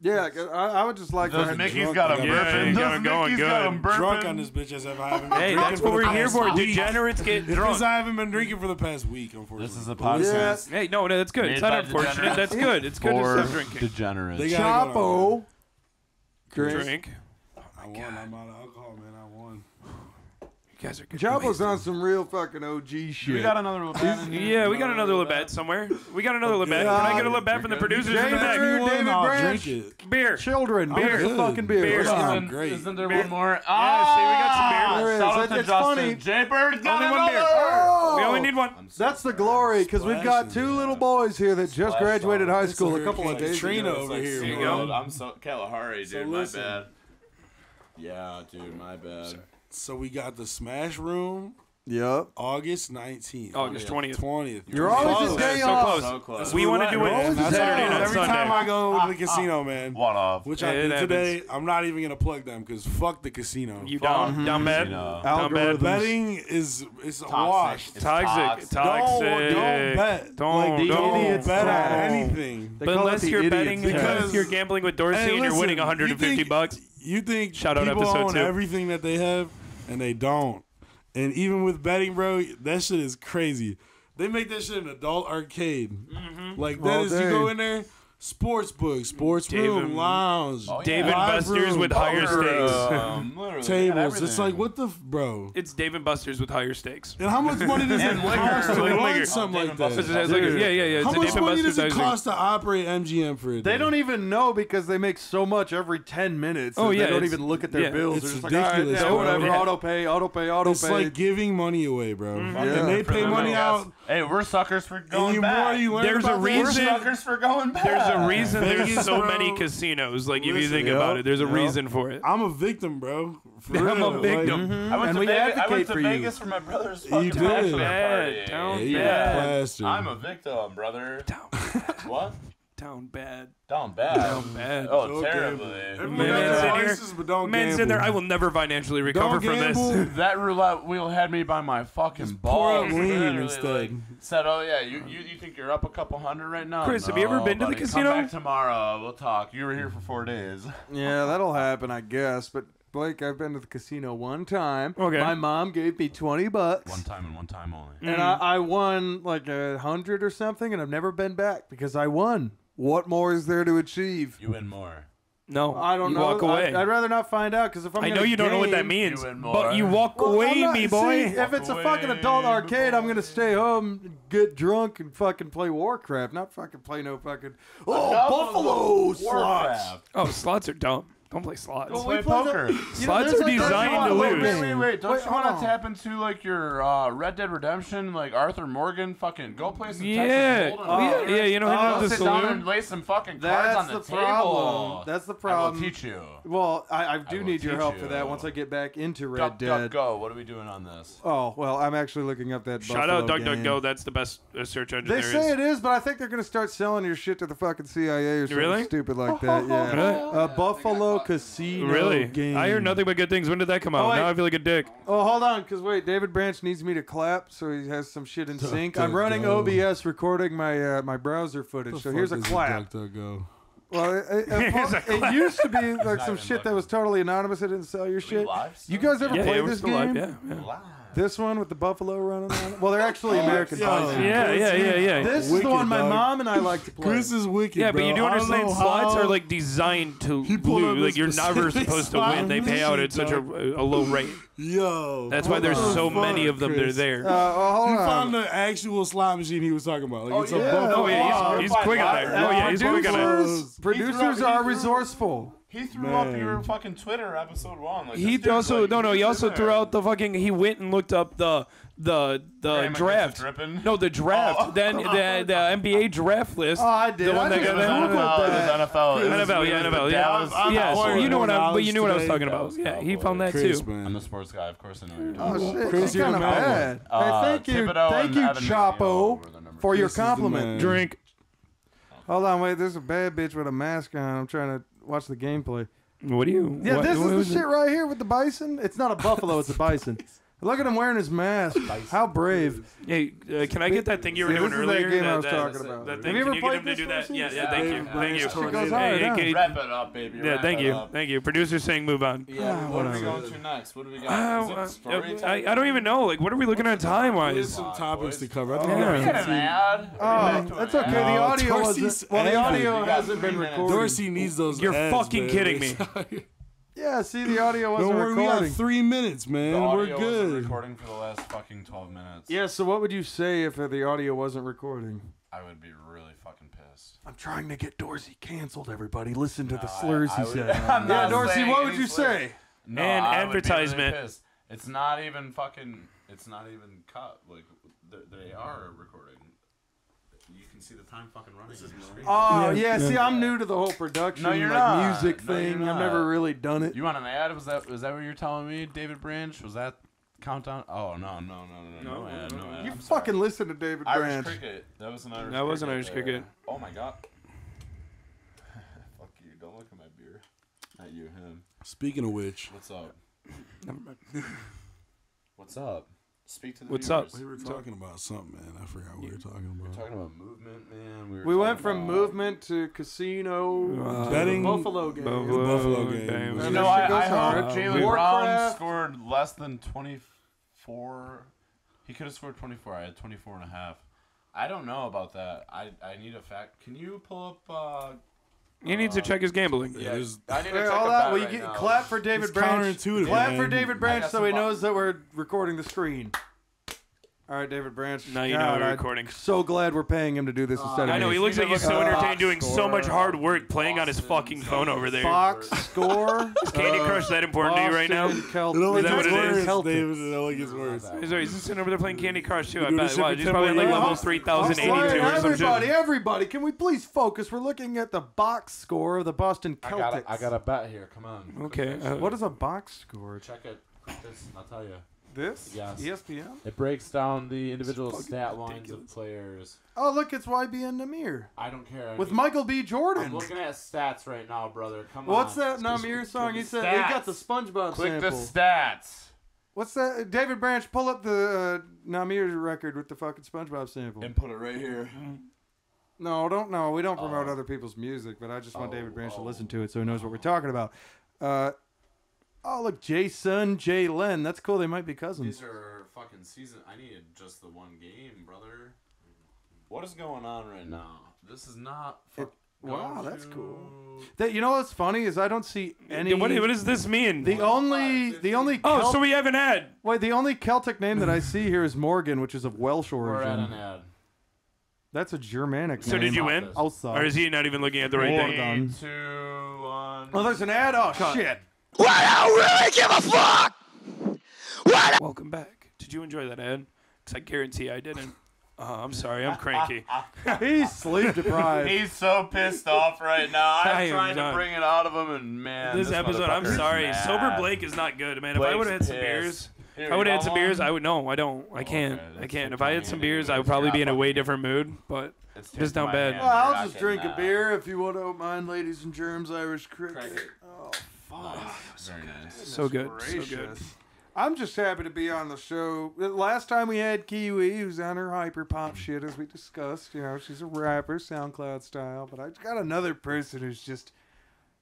Yeah, I, I would just like Does to. Mickey's drunk got on him Yeah, that. burping? you got Does him going Mickey's got good. him burping? drunk on this bitch as if I haven't been Hey, drinking that's for what the we're here past for. week. Degenerates get Because drunk. I haven't been drinking for the past week, unfortunately. This is a Yeah, podcast Hey, no, no, that's good. Made It's not by unfortunate. degenerates. That's good. It's good to for stop drinking. degenerates. They gotta go Chapo. Great. Drink. I won. I'm out of alcohol, man. I won. You guys are good. Chapo's on some real fucking OG shit. We got another little bad in here. Yeah, we got another Labette somewhere. We got another Labette. Can I get a Labette from the producers in the back? David David Branch. Branch. Drink it. Beer. children. Beer. good. Fucking beer. Beer. Come on. I'm great. Isn't there one more? Yeah, see, we got some There beer. is. Shout out to It's Justin. funny. Jay Bird's got Only one beer. another. We only need one. That's the glory because we've got Splashing, two yeah. little boys here that just Splash graduated on. high school a couple of Hurricane days Katrina ago. over here, Dude, bro. I'm so Kalahari, dude. my listen. bad. Yeah, dude, my bad. So we got the Smash Room Yep. August 19th. August 20th. 20th. You're always a Close. day So off. close. So close. We want to do it Roll the Saturday dice. and Every time I Sunday. go to the casino, man. One off. Which Yeah, I it did happens. today. I'm not even going to plug them because fuck the casino. You down? Down bad? You know. Down bad? Algorithm. Betting is is washed. Toxic. Toxic. Don't, Toxic. don't bet. Don't, Like, the don't. idiots bet on Don't. anything. They But call it unless the you're idiot's betting, test. unless Because- you're gambling with Dorsey Hey, and you're listen, winning you 150 think- bucks, You think Shout out people episode own two. everything that they have, and they don't. And even with betting, bro, that shit is crazy. They make that shit an adult arcade. Mm-hmm. Like that All is, you go day. in there, sports book, sports David- room, lounge, Oh, Dave and live Buster's room, uh, with higher stakes. Um, tables. It's like what the f- bro. It's Dave and Buster's with higher stakes. And how much money does it And liquor. cost to Like run liquor. something like Buster's that? has like a- Yeah, yeah, yeah. It's How a Dave much and money Buster's does it higher stakes. cost to operate MGM for a day? They don't even know because they make so much every 10 minutes. Oh, Oh, yeah, yeah. They don't it's- even look at their yeah. bills. They're It's just ridiculous, Like, All right, bro. yeah, whatever. Yeah. Auto pay, auto pay, auto It's pay. like giving money away, bro. Mm-hmm. Yeah. And they pay money out. Hey, we're suckers for And going you back. more you learn There's a about that we're reason- shit, suckers for going back. There's a reason there's Vegas, so bro. many casinos. Like, if you Listen, think yo, about it, there's a yo. reason for it. I'm a victim, bro. For I'm real. a victim. Like, I went And to we Vegas, I advocate went to for you. Vegas for my brother's fucking did. bachelor Bad, party. down yeah, you bad. got plastered. I'm a victim, brother. Down, What? down bad. Down bad. Down bad. Oh, Okay. terribly. Everyone Man, got sit their here. vices, but don't Men's gamble. in there. I will never financially recover don't from gamble. this. That roulette wheel had me by my fucking pour balls. out lean literally, instead. like, said, "Oh yeah, you, you you think you're up a couple hundred right now?" Chris, have you ever No, been to the buddy. casino? Come back tomorrow. We'll talk. You were here for four days. Yeah, that'll happen, I guess. But Blake, I've been to the casino one time. Okay. My mom gave me twenty bucks, One time and one time only. and I, I won like a hundred or something, and I've never been back because I won. What more is there to achieve? You win more. No, I don't you know. Walk away. I, would rather not find out because if I'm I know gonna you don't know what that game- means, You and but more. you walk Well, I'm away, not- me see, boy. if it's a Walk fucking adult away, arcade, I'm boy. gonna stay home, get drunk, and fucking play Warcraft. Not fucking play no fucking oh Enough of Buffalo the slots. Warcraft. oh, slots are dumb. Don't play slots. Play we play the- poker. You know, Slots there's are like- there's designed to a lot of lose. women- Wait, wait, don't Wait, you hold want on. to tap into like your uh, Red Dead Redemption, like Arthur Morgan? Fucking go play some yeah, Texas Hold'em. yeah, yeah. You know, hitting Oh, up Go the sit down and saloon. lay some fucking cards That's on the, the table. problem. That's the I problem. will teach you. Well, I, I do will need your teach help for you. that once I get back into Red Duck, Dead. duck, go. What are we doing on this? Oh well, I'm actually looking up that. Shout Buffalo out Duck Duck game. Go. That's the best uh, search engine They there say is. it is, but I think they're gonna start selling your shit to the fucking CIA or something Really? stupid like that. Yeah. Really? Uh, Buffalo El Casino Really? game. I hear nothing but good things. When did that come out? Oh, now I- I feel like a dick. Oh, hold on, because wait, David Branch needs me to clap, so he has some shit in sync. I'm duck, running go. OBS, recording my uh, my browser footage. So here's a clap. DuckDuckGo? Well, it, it, it- it used to be like some shit that was totally anonymous. It didn't sell your shit. live You guys ever Yeah, play yeah, we're this still game? live. Yeah, yeah. This one with the buffalo running on it. Well, they're actually American. bison. yeah, yeah, yeah, yeah. This is Oh, Wicked, the one my dog. mom and I like to play. Chris is wicked. yeah, but you do bro. I don't understand know slots how- are like designed to pulled up lose. Like a you're never specific supposed to slot win. on They this pay out shit, at such a, dog. a low rate. Yo. That's why what there's the so fuck, many of them. Chris? They're there. Uh, oh, hold He on. found the actual slot machine he was talking about. Like, it's yeah. a buffalo. oh uh, yeah, he's, he's quick on there. Oh yeah, he's quick on there. producers, producers are resourceful. He threw up your fucking Twitter episode one. Like, this He dude's also like, no no. He he's also in threw there. out the fucking. He went and looked up the the the Graham against draft. the drippin'. No, the draft. Then the, the NBA draft list. Oh, I did. The one I that just got Googled that. NFL. It was NFL. NFL, yeah, NFL, yeah. Dallas- I'm yes, the you know what I, but you knew what I was Cowboys talking about. today. Yeah, he found that Chris, too. I'm the man. sports guy, of course I know what you're talking Oh, about. shit. Chris, Chris, you're kind of the man. bad. Uh, hey, thank you, Thibodeau thank and you, Evan Manuel were the Chapo, number for your Chris is the man. compliment. Drink. Hold on, wait. There's a bad bitch with a mask on. I'm trying to watch the gameplay. What do you? Yeah, what, this what is was the it? shit right here with the bison. It's not a buffalo, it's a bison. Look at him wearing his mask. How brave. Hey, uh, can I get that thing you were Yeah, doing this is that earlier? game I was talking about. That Have thing. you Can you ever get played him to this do that? person? Yeah, yeah. Yeah, Thank yeah. you, Yeah, thank you. she goes Hey, hard, huh? can you- Wrap it up, baby. Yeah, wrap thank it you, up. thank you. Producer saying move on. Yeah, what are we Ah, whatever. going to next? What do we got? Is it Uh, story time? I, I don't even know. Like, what are we looking at time There's wise? some topics to cover. I think Yeah. we Is it got an ad? Are we back to Oh, an that's ad? okay. No, the audio Dorsey's wasn't, well, the angry. audio You got hasn't been three minutes. recorded. Dorsey needs those. You're ads, fucking man. kidding me. Yeah, see, the audio wasn't Don't worry, we got recording. three minutes, man. The audio We're wasn't good. recording for the last fucking 12 minutes. yeah, so what would you say if uh, the audio wasn't recording? I would be really fucking pissed. I'm trying to get Dorsey canceled, everybody. Listen to the I- slurs I he would- said. I'm not yeah, Dorsey, saying what would any you slurs. say? No, And I would be really advertisement. pissed. It's not even fucking. It's not even cut. Like they- they are recording. You can see the time fucking running. on your screen. Oh, yeah, see, I'm new to the whole production, No, you're like, not. music No, you're thing. not. I've never really done it. You want an ad? Was that was that what you were telling me, David Branch? Was that countdown? Oh no no no no no no ad, no, ad. You I'm sorry. fucking listen to David Irish Branch. cricket. That was an Irish. That was an cricket Irish there. cricket. Oh my god. Fuck you! Don't look at my beer. Not you, him. Speaking of which, What's up? What's up? Speak to the What's up? viewers. we were talking about something, man. I forgot what we were talking We're about. talking about movement, man. We were went talking from about- movement to casino, to Betting- the Uh, Buffalo game. The Buffalo game. You You And know, that I, shit goes I heard hard. Jalen Brown Warcraft. scored less than 24. He could have scored 24. I had 24 and a half. I don't know about that. I, I need a fact. Can you pull up? Uh, He needs to check his gambling. Yeah, there's- I need to Hey, check hold the on. bet Will you right get, now. clap for David It's Branch. counterintuitive, Clap for man. David Branch got so some he bu- knows that we're recording the screen. All right, David Branch. Now you know God, we're I'm recording. So glad we're paying him to do Uh, this instead of I know me. he looks like he's so Box entertained doing so much score. hard work playing on his fucking phone over there. Box score. uh, Is Candy Crush that important to you right now? Boston Celt- It only Is that what gets it is? worse, Celtics. David. It only gets worse. He's always sitting over there playing Candy Crush too. I Dude, bet. this shit Wow, for he's ten probably at like million level dollars. three I'm thousand eighty-two sorry, or some everybody, shit. everybody, can we please focus? We're looking at the box score of the Boston Celtics. I got, a, I got a bet here. Come on. Okay. uh, What is a box score? Check it. Click This, and I'll tell you. This? E Yes. ESPN? It breaks down the individual stat lines of players. Oh, look, it's YBN Namir I don't care. I with need- Michael B. Jordan. I'm looking at stats right now, brother. Come What's on. that Namir song? He said he got the SpongeBob Click the sample. stats. What's that? Uh, David Branch, pull up the uh, Namir record with the fucking SpongeBob sample. And put it right here. Mm. No, don't know. We don't promote Oh. other people's music, but I just want David Branch to listen to it so he knows what we're talking about. Uh, oh, look, Jason, Jay Len. That's cool. They might be cousins. These are fucking season. I needed just the one game, brother. What is going on right now? This is not. Fuck, go wow, that's to- cool. That you know what's funny is I don't see any. What, what does this mean? the only the only oh, Celt- so we haven't had. wait the only Celtic name that I see here is Morgan, which is of Welsh We're at an origin. ad. That's a Germanic So name. Oh, did you win? Also, Or is he not even looking at the right thing? Morgan. Two, one. Oh, there's an ad. Oh shit. Welcome back. Did you enjoy that ad? Because I guarantee I didn't. Uh, I'm sorry. I'm cranky. He's sleep deprived. He's so pissed off right now. I I'm am trying to done. bring it out of him, and man, this, this, episode, I'm motherfucker is sorry. mad. Sober Blake is not good, man. If I Blake's would have had some pissed. beers, Here, I you would have want had some one? bears. I would no, I don't. I can't. okay, I that's can't. what If I you had some need. beers, I would It's probably got be in a way fucking- different mood. But It's just taking not my bad. hand. Well, You're I'll not just drink getting a that. beer if you want to mind, ladies and germs. Irish cricket. Cricket. Oh Nice. Very nice. So good. So good. Gracious. I'm just happy to be on the show. The Last time we had Kiwi, who's on her hyper pop shit, as we discussed. You know, she's a rapper, SoundCloud style. But I got another person who's just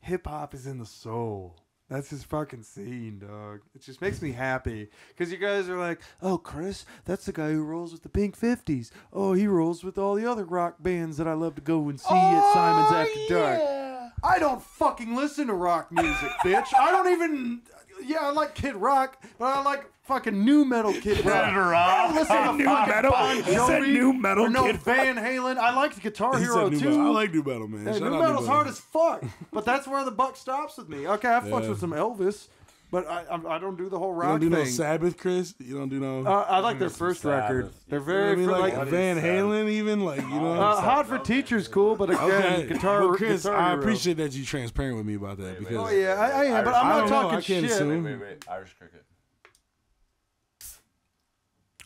hip hop is in the soul. That's his fucking scene, dog. It just makes me happy because you guys are like, "Oh, Chris, that's the guy who rolls with the Pink Fifties. Oh, he rolls with all the other rock bands that I love to go and see at Simon's After Dark." I don't fucking listen to rock music, bitch. I don't even. Yeah, I like Kid Rock, but I like fucking new metal Kid Rock. I don't listen to uh, New fucking metal? Bon He said Jovi new metal or no Kid Rock. Van Halen. I liked Guitar He said Hero new too. metal. I like new metal, man. Hey, Shout out new new metal's metal. hard as fuck, but that's where the buck stops with me. Okay, I fucked Yeah. with some Elvis, but I, I I don't do the whole You rock don't do no thing. Sabbath, Chris. You don't do no. uh, I like their first record. Sabbath. They're I very mean, fr- like, like, Van Halen, even like you know. uh, Hot for Teacher's cool, but again, okay, guitar. But Chris, Guitar I Hero. appreciate that you transparent with me about that because Oh yeah, I, I am, but I'm I not don't know, talking I can't shit. assume. Wait, wait. Irish cricket.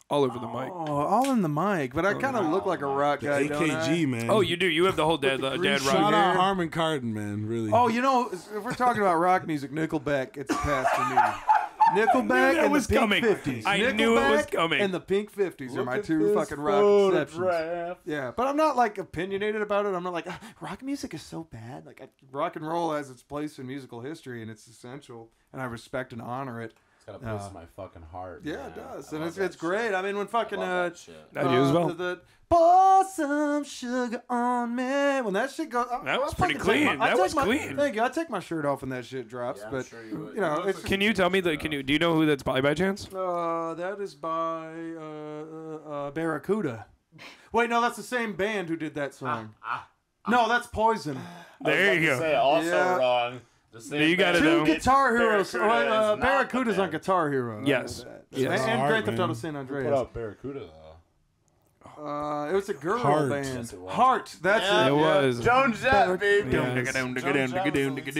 All over the mic. Oh, all in the mic, Oh, but I kind of look like a rock guy. don't I? AKG man. Oh, you do. You have the whole dad, the dad shout rock. out Harmon Kardon, man. Really. Oh, you know, if we're talking about rock music, Nickelback, it's past for me. Nickelback that and was the coming. Pink 50s. I knew it was Nickelback coming. And the Pink 50s are my two fucking rock exceptions. Yeah, but I'm not like opinionated about it. I'm not like "Ah, rock music is so bad. Like I, rock and roll has its place in musical history and it's essential, and I respect and honor it. It's got a place in my fucking heart. Yeah, man. it does, I and love it's that it's great. I mean, when fucking shit. I love uh, that shit. I do as uh, well. The, the, Pour some sugar on me. When that shit goes, I, That was I pretty fucking take clean. My, I That take was my- clean. Thank you. I take my shirt off when that shit drops, Yeah, I'm but sure you would. know, look it's- like Can you tell me that? Can you? Do you know who that's by by chance? uh, that is by uh, uh, uh, Barracuda. Wait, no, that's the same band who did that song. Ah, no, that's Poison. There you you go. say also Yeah. wrong. The same you got it, band. though. Two Guitar Heroes. Barracuda Barracuda uh, is not Barracuda's the on band. Guitar Hero. I Yes. know that. Yes. And, and Alright, Grand Theft Auto man. San Put Andreas. out Barracuda though. Uh, it was a girl Heart. band. Yes, it was. Heart. That's Yeah. it. It yeah. was. Jones up, baby. Yes. Yes.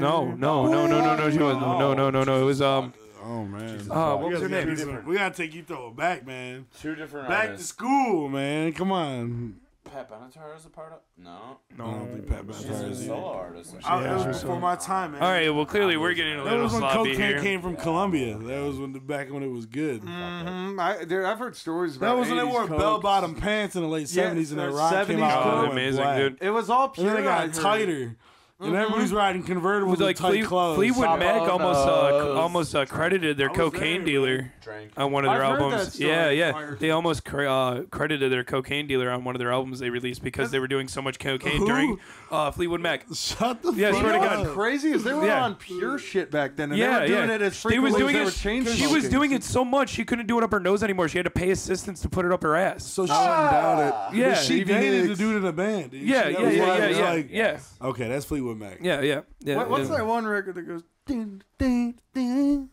No. No, no, no, no, no, no, she wasn't. no, no, no, no. It was um. Oh, man. Uh, what was her We name? gotta- We gotta take you throw it back, man. Two different Back to artists. school, man. Come on. Pat Benatar is a part of. No. I don't think Pat She's Benatar a is solo artist. and I- she's- that was before my time, man. All right. Well, clearly we're getting a That little was when sloppy cocaine here. came from Colombia. That was when the back when it was good. Mm, I, dude, I've heard stories about That was when they 80s wore Coke. bell bottom pants in the late Yeah, seventies and that those rock came 70s out. Coke. and Oh, it went amazing, black. dude. It was all pure. And then it I got heard. Mm-hmm. tighter. And everybody's riding convertibles with Like tight Fleet, clothes. Fleetwood Mac Clothes. almost uh, c- almost uh, credited their was cocaine there. dealer Drank. on one of their I've heard albums. that story. Yeah, yeah. Fire. They almost cre- uh, credited their cocaine dealer on one of their albums they released because they were doing so much cocaine Who? during uh, Fleetwood Mac. Shut the Yeah, fuck swear You to know up. what's crazy is they were Yeah. on pure shit back then, and Yeah, they were doing yeah. it as They was frequently doing as they it. were chain she was smoking. doing it so much she couldn't do it up her nose anymore. She had to pay assistants to put it up her ass. So she, about it. yeah, she Stevie dated the Nicks. dude in the band. Dude. yeah, She- yeah, that was why yeah, it yeah, was yeah, like, yeah, Okay, that's Fleetwood Mac. yeah, yeah, yeah. What, what's yeah. that one record that goes ding ding ding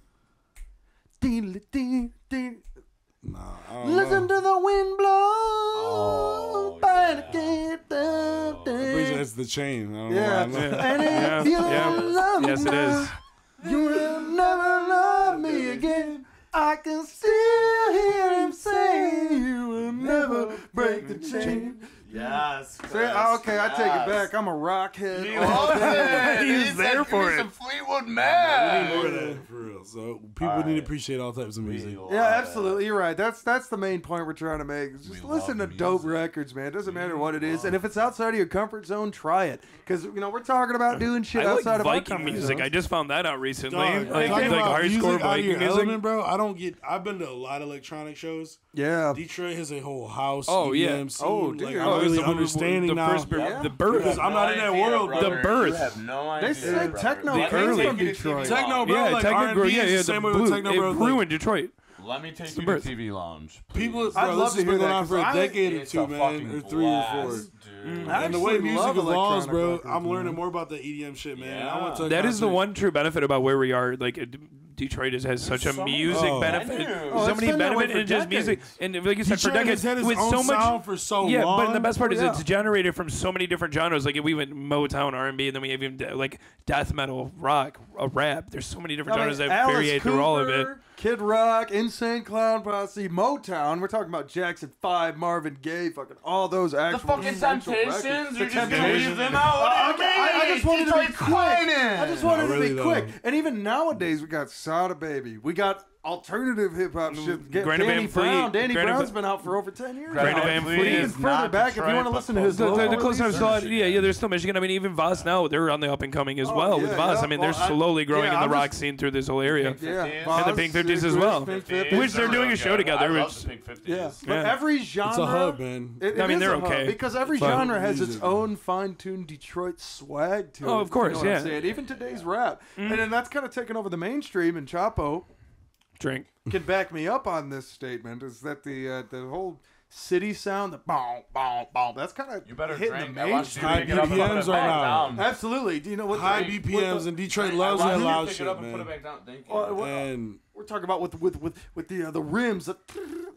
ding ding ding? Nah, I don't Listen know. to the wind blow Oh, by yeah. the gate down I there. believe that's the chain. I don't Yeah. know. why I know. And Yeah, if you yeah. don't love me Yes, it now, is. You will never love me again. I can still hear him say, You will never break the chain. Yes. Say, oh, okay, I take it back. I'm a rockhead. He Oh, loves it. He was said, there "Give for me it." Some Fleetwood Mac. More of that, for real. So people need to appreciate all types of music. yeah, absolutely. You're right. That's that's the main point we're trying to make. is Just listen to love dope records, man. It doesn't matter what it is, and if it's outside of your comfort zone, try it. Because you know we're talking about doing shit I like outside of our Viking comfort music. I zones. just found that out recently. Dog, like talking like about music hardcore out of your Viking music. element, bro. I don't get. I've been to a lot of electronic shows. yeah. Detroit has a whole house. E Oh, yeah. EDM Scene. Oh, Like, dude. I'm Oh, it's really the- understanding the now. first bir- Yeah. the birth. Because I'm not in that world, The brother. birth. You have no idea. They said brother. techno Let me early. take you to Detroit. TV Techno, Lounge. bro. yeah, like techno, R&B yeah, is yeah, the the same way with blue- techno, bro. It It's grew like- in Detroit. Let me take the you to birth. TV Lounge. People, please. bro, love this to has hear been going that, on for 'cause a I- decade or It's two, a man, fucking or three or four. blast, dude. I And the actually way music love evolves, electronic bro, records, I'm man. learning more about the EDM shit, man. I went to a That is the concert. one true benefit about where we are. Like it, Detroit is, has such a music Oh. benefit, venues. Oh, so it's many been that way benefit for in just music, decades. and like you said, for Detroit has decades had its with own so much. sound for so yeah, long. but and the best part is Oh, it's yeah. generated from so many different genres. Like we went Motown, R and B, and then we have even de- like death metal, rock, a rap. There's so many different I mean, genres that Alice variate through all of it. Cooper, Kid Rock, Insane Clown Posse, Motown. We're talking about Jackson Five, Marvin Gaye, fucking all those actual. fucking essential Temptations? records. You're The just gonna Temptations. leave them out? What Uh, do you okay, I, I mean? just wanted to Detroit be quick. I just wanted No, to really, be though. quick. And even nowadays, we got Sada Baby. We got alternative hip hop shit. Get Greta Mm, Van Danny Brown. Fleet. Danny Greta Brown's Van- been out for over ten years. Greta now. Van Even Fleet Even is further back, if you want to listen to his The, the, the local closer I releases. saw it, yeah, yeah. They're still Michigan. I mean, even Voss now, they're on the up and coming as Oh, well yeah, with Voss. yeah. I mean, Well, they're I- slowly growing yeah, in the I'm rock just- scene through this whole area. Yeah, And Boz, the Pink Fifties Secret, as well. Pink Which Fifties. they're doing a show together, I love which- the Pink 50s. Yeah, but Yeah. every genre. a hub, man. It- I it mean, is they're a hub, okay. because every But- genre has its Music. own fine-tuned Detroit swag to it. Oh, of course, you know what yeah. Mm-hmm. I'm saying? Even today's rap, and then that's kind of taken over the mainstream. And Chapo Drink. can back me up on this statement: is that the uh, the whole city sound, the bong bong bong, that's kind of You better hitting drink. the I watched you mainstream. mainstream. pick it up and put BPMs it are back now. down. Absolutely. Do you know what? the- High what the- BPMs and Detroit I loves watched that you loud pick shit, it up and put it man. back down. Thank you. Well, what- And we're talking about with with with with the uh, the rims, that,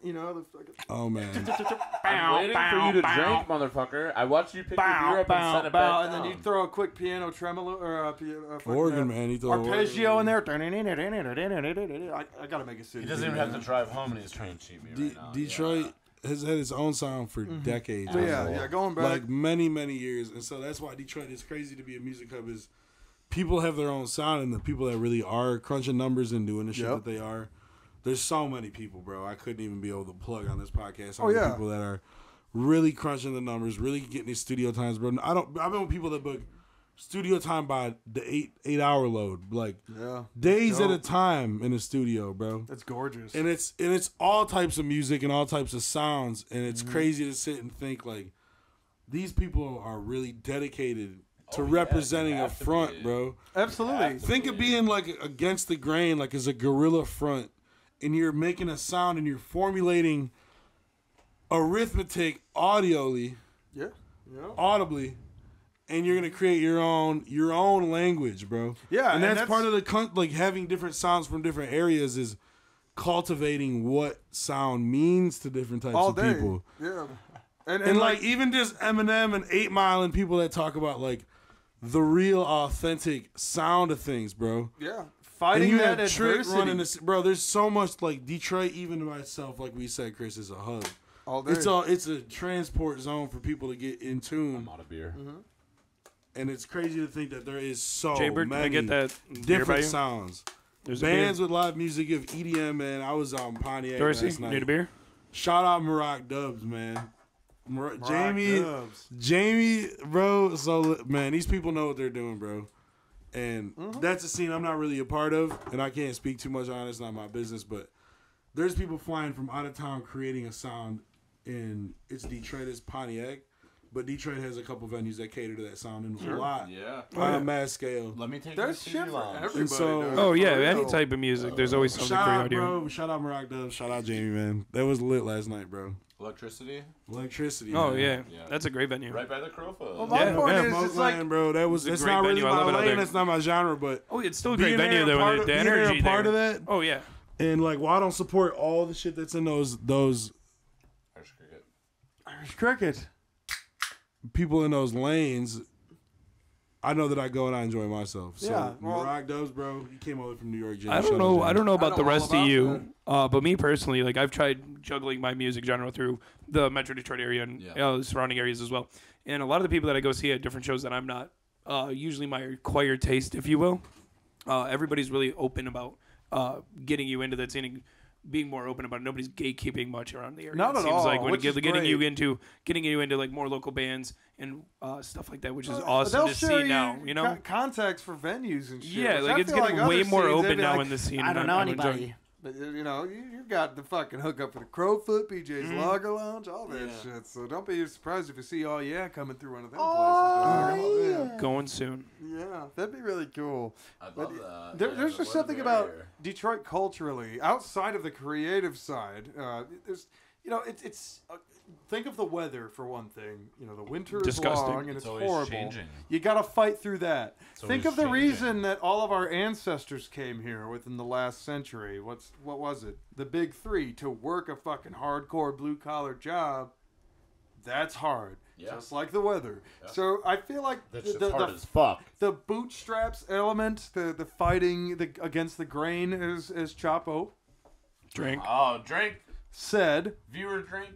you know, the, fucking- oh man, I'm waiting for you to drink, motherfucker. I watched you pick your beer up and set it bow, back and then down. you throw a quick piano tremolo or uh, piano, uh, fucking, Organ, uh, man, he throw arpeggio in there. I, I gotta make a city. He doesn't even have to drive home, and he's trying to cheat me De- right now. Detroit has had its own sound for decades. So Oh, yeah, yeah, going back. like many many years and so that's why detroit is crazy to be a music hub is people have their own sound and the people that really are crunching numbers and doing the shit Yep. that they are there's so many people bro i couldn't even be able to plug on this podcast Oh, all the yeah. people that are really crunching the numbers really getting these studio times bro i don't i've been with people that book studio time by the eight eight hour load like yeah, days at a Dope. time in the studio bro that's gorgeous. and it's and it's all types of music and all types of sounds and it's crazy to sit and think like these people are really dedicated to representing a front bro Absolutely. think of being like against the grain like as a gorilla front and you're making a sound and you're formulating arithmetic audioly Yeah. Yeah. audibly and you're gonna create your own your own language, bro. Yeah, and and that's, that's- part of the con- like having different sounds from different areas is cultivating what sound means to different types All of day. people. Yeah. And, and, And like, like even just Eminem and Eight Mile and people that talk about like the real authentic sound of things, bro. yeah, And fighting you that have Trick adversity running this, bro. There's so much like Detroit, even by itself, like we said, Chris is a hub. all day. It's all it's a transport zone for people to get in tune I'm out of beer. Mm-hmm. and it's crazy to think that there is so Jaybird, can many I get that beer by different you? sounds. There's Bands a with live music of EDM, man. I was out in Pontiac beer. Dorsey, last need night. a beer? Shout out Maroc Dubs, man. Mar- Jamie, Dubs. Jamie, bro. So li- man, these people know what they're doing, bro. And that's a scene I'm not really a part of, and I can't speak too much on. it. It's not my business, but there's people flying from out of town creating a sound in it's Detroit, it's Pontiac, but Detroit has a couple venues that cater to that sound and a lot Yeah. on a mass scale. Let me take There's you shit to for lounge. everybody. so- dude. Oh For yeah, any real. type of music. There's always something Shout for out, audio. bro. Shout out Maroc Dub. Shout out Jamie, man. That was lit last night, bro. Electricity Electricity. Oh man. yeah. Yeah. that's a great venue. right by the Crofa. My Yeah, point yeah, is, Smoke it's like Line, bro. That was. a It's great not really venue. I my love it out lane. there. It's not my genre, but Oh, it's still a great being venue there, though. part and The, of- the being there, energy part there. of that. Oh yeah. and like, why I don't support all the shit that's in those those Irish cricket. cricket. people in those lanes? I know that I go and I enjoy myself. So Yeah, yeah, well- Maroc Dubs, bro. You came over from New York. Jay. I Shut don't it know. down. I don't know about know the all rest about of you, uh, but me personally, like I've tried juggling my music genre through the Metro Detroit area and Yeah. uh, surrounding areas as well. And a lot of the people that I go see at different shows that I'm not uh, usually my acquired taste, if you will. Uh, everybody's really open about uh, getting you into that scene and being more open about it. Nobody's gatekeeping much around the area. Not it at seems like all, when which get- is getting you great. into getting you into like more local bands and uh, stuff like that, which is Uh, awesome they'll to share see you now. You know, con- contacts for venues and shit. yeah, which like I it's feel getting like way other more cities, they'd open be now like, in the scene. I and don't know I'm enjoying anybody. But uh, you you know, you, you got the fucking hookup for the Crowfoot, BJ's Mm-hmm. Lager Lounge, all that shit. So don't be surprised if you see all yeah coming through one of them Oh, places. dog. it. Going soon. yeah. yeah, that'd be really cool. I love But that. there, Yeah, there's the just weather something about barrier. Detroit culturally, outside of the creative side. Uh, there's, you know, it's it's. Uh, think of the weather for one thing. You know, the winter is Disgusting. long and it's, always horrible. changing. You got to fight through that. think always of the changing. reason that all of our ancestors came here within the last century. What's what was it? The big three to work a fucking hardcore blue collar job. That's hard. just like the weather. So I feel like That's just the, the, hard the- as fuck. the bootstraps element, the the fighting the, against the grain, is is Chapo Drink. Oh, drink. said. Viewer drink.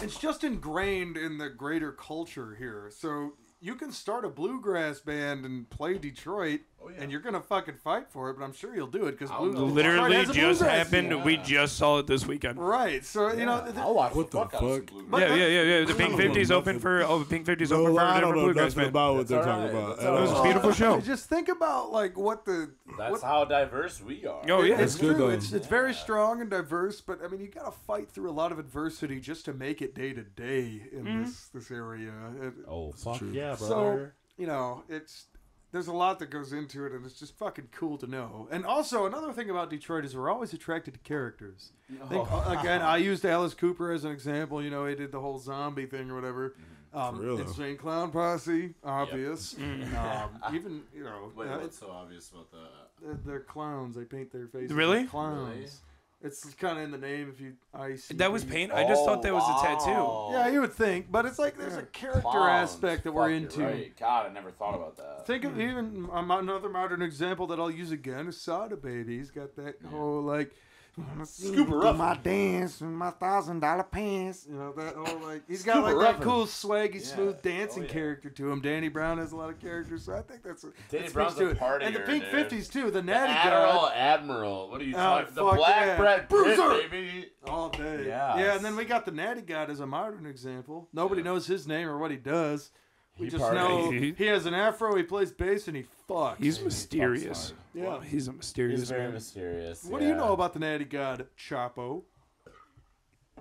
It's just ingrained in the greater culture here. So you can start a bluegrass band and play Detroit, and you're gonna fucking fight for it. But I'm sure you'll do it because blue- Detroit Literally has a just bluegrass happened. scene. We just saw it this weekend. Right. So you know. th- I'll watch What the out of some fuck? Blue Moon. but Yeah, that- yeah, yeah, yeah. The Pink don't know Fifties open nothing. for oh, Pink Fifties open Bro, for I a don't know bluegrass nothing band. about what they're talking alright, about. that's at It was a all. beautiful show. Just think about like what the That's what, how diverse we are. Oh yeah, it's That's good, true. though. It's, it's very strong and diverse, but I mean, you got to fight through a lot of adversity just to make it day to day in this this area. It- Oh fuck yeah, so you know, it's there's a lot that goes into it, and it's just fucking cool to know. And also, another thing about Detroit is we're always attracted to characters. I Oh. think, again, I used Alice Cooper as an example. You know, he did the whole zombie thing or whatever. Um, Mm-hmm. For real, though. Insane Clown Posse, obvious. Um, even you know, Wait, uh, what's so obvious about that? they're, they're clowns. They paint their faces. Really? like Clowns. It's kind of in the name. If you, I see that was paint. I just thought that was a tattoo. Oh, Yeah, you would think, but it's like there's a character Clowns. aspect that Fuck, we're you're into. Right. Hmm. God, I never thought about that. Think of even um, another modern example that I'll use again is Sada Baby. He's got that whole like. Scuba Ruffin. my dance and my thousand dollar pants. You know that whole like he's got Scuba like that Ruffin. cool swaggy, smooth Oh, dancing yeah. character to him. Danny Brown has a lot of characters, so I think that's a, Danny that Brown's speaks to a it. and the partier, Pink dude. Fifties too. The The Natty Admiral God Admiral. What are you Oh, talking? The fuck black yeah. bread Bruiser. Brit, baby. all day. Yes. Yeah, and then we got the Natty God as a modern example. Nobody knows his name or what he does. We He just parties. know He- he has an afro, he plays bass, and he fucks. He's mysterious. yeah. Wow, he's a mysterious He's very man. mysterious. What do you know about the Natty God, Chapo?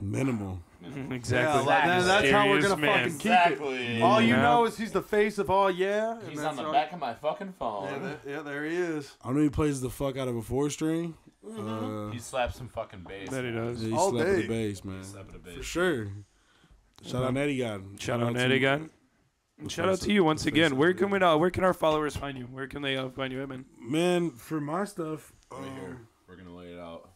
Minimal. Mm-hmm. exactly. Yeah, that- that's how we're Mysterious gonna man. fucking keep it. Exactly. All you Yeah. know is he's the face of all yeah. and He's that's on the all- back of my fucking Yeah, phone. that- yeah, there he is. I know he plays the fuck out of a four string. Uh, He slaps some fucking bass. That he does. he All slept with day. the bass, man. Slapping a bass. For sure. Shout out Nettie God. Shout out to- Ned again. Shout out to you once again. Where can we uh, where can our followers find you? Where can they uh, find you, Edmund? Man, for my stuff, Right um, here. We're gonna lay it out.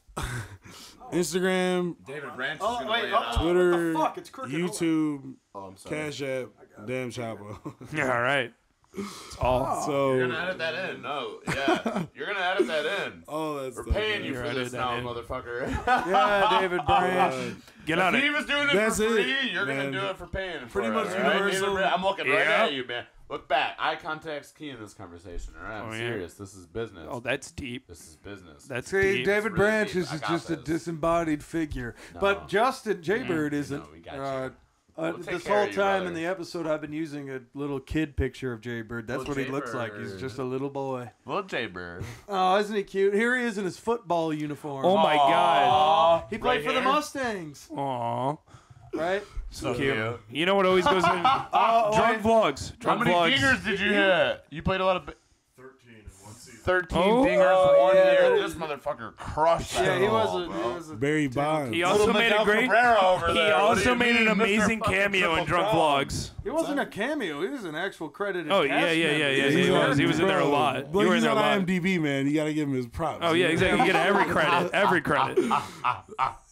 Instagram, David Branch Oh, is gonna wait, lay it oh, out. the Twitter, fuck? It's crooked. Hold on. YouTube, Oh, I'm sorry. Cash App, Damn Chapo. All right. It's Ah. all. You're gonna so, edit that in. No, yeah. You're gonna edit that in. Oh, all that We're stuff. paying man. you You're for editing this that now, in. motherfucker. Yeah, David Branch. Get on he it. was doing it That's for it, free. You're man. gonna do it for paying. for Pretty it, much all right? universal. Neither- I'm looking right Yeah. at you, man. Look back. Eye contact's key in this conversation. All right, I'm Oh, yeah. serious. This is business. Oh, that's deep. this is business. That's See, deep. David really Branch deep. is I got just a this. Mm-hmm. disembodied figure, but Justin Jaybird isn't. we got you. Uh, uh, We'll take this care whole of you, time in brother. the episode, I've been using a little kid picture of Jaybird. That's Little what he looks like. He's Jaybird. just a little boy. Little J Bird. Oh, isn't he cute? Here he is in his football uniform. Oh my god. He played Right for the here. Mustangs, Aw. right? Oh, So Cute. You know what always goes in? drunk vlogs. How Drunk many vlogs. fingers did you hit? You played a lot of. b- 13 in one season. 13 Oh. fingers in one yeah, that year. is- This motherfucker crushed that. oh, Yeah, he was ball, a, he bro. was a Barry Bonds. He also Little made Miguel a great. Cabrera over He there. What do also you made an mean, Mr. amazing fucking cameo Triple in Drunk Crown? Vlogs. He wasn't a cameo. He was an actual credited. Oh, yeah, cast yeah, member. yeah, yeah, He's he on- was. He was in there a bro, lot. Look, You were he's in there a on lot. IMDb, man. You got to give him his props. Oh yeah, exactly. You get every credit. Every credit.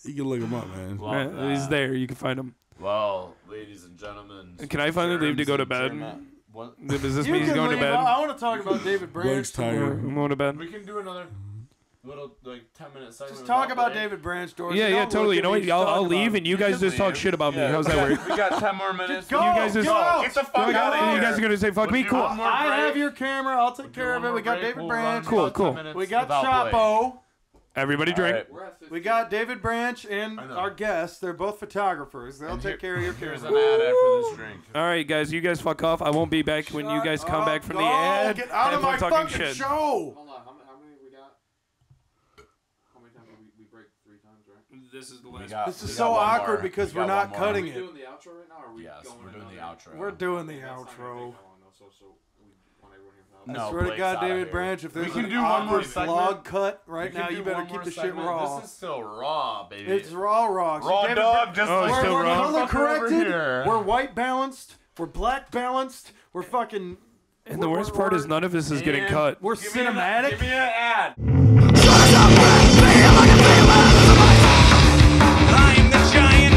You can look him up, man. Love Yeah, he's that. there. You can find him. Well, ladies and gentlemen. Can I finally leave to germs go to and bed? germ- What? Does this You mean he's can going to leave. I, bed? I want to talk about David Branch. Blake's tired. I'm going to bed. We can do another little like ten minute segment. Just talk about Blake. David Branch, Dorsey. Yeah, yeah, Don't totally. look You know at what? me, I'll, talk I'll about leave, him. and you guys just talk shit about me. Yeah, How's we that got- work? We got ten more minutes. go. You You guys just. Go out. Get the fuck You out of here. guys are gonna say fuck me? Do Cool. one more I break. have your camera. I'll take Do care of one it. more We got break. David We'll run Branch. Cool, about 10 cool. minutes We got without Blake. Chapo. Everybody All drink. right. We're at 50. We got David Branch and know. our guests. They're both photographers. They'll And take here- care of your Here's camera. an ad after this drink. All right, guys, you guys fuck off. I won't be back when you guys come back from the ad. Oh, Get out of Everyone my fucking talking shit. show. Hold on. How many, how many we got? How many times did we, we break? Three times, right? This is the We got- This we is got so one awkward more. because We we're got not one more. cutting we it. doing the outro right now, or are we Yes, going we're doing the another? outro. We're doing the That's not gonna outro. take that long, though, so, so we want everyone here for that. No, I swear to Blake's God, outta David here. Branch, if We there's can an do one more awkward segment. vlog cut right We can now, do you better one keep more the shit segment. raw. This is still raw, baby. It's raw raw. So raw David dog, just Oh, like it's We're, still we're raw. color corrected. Here. We're white balanced. We're black balanced. We're fucking. And the worst part is none of this is getting And- cut. We're Give me an- cinematic. Give me an ad. I'm the giant.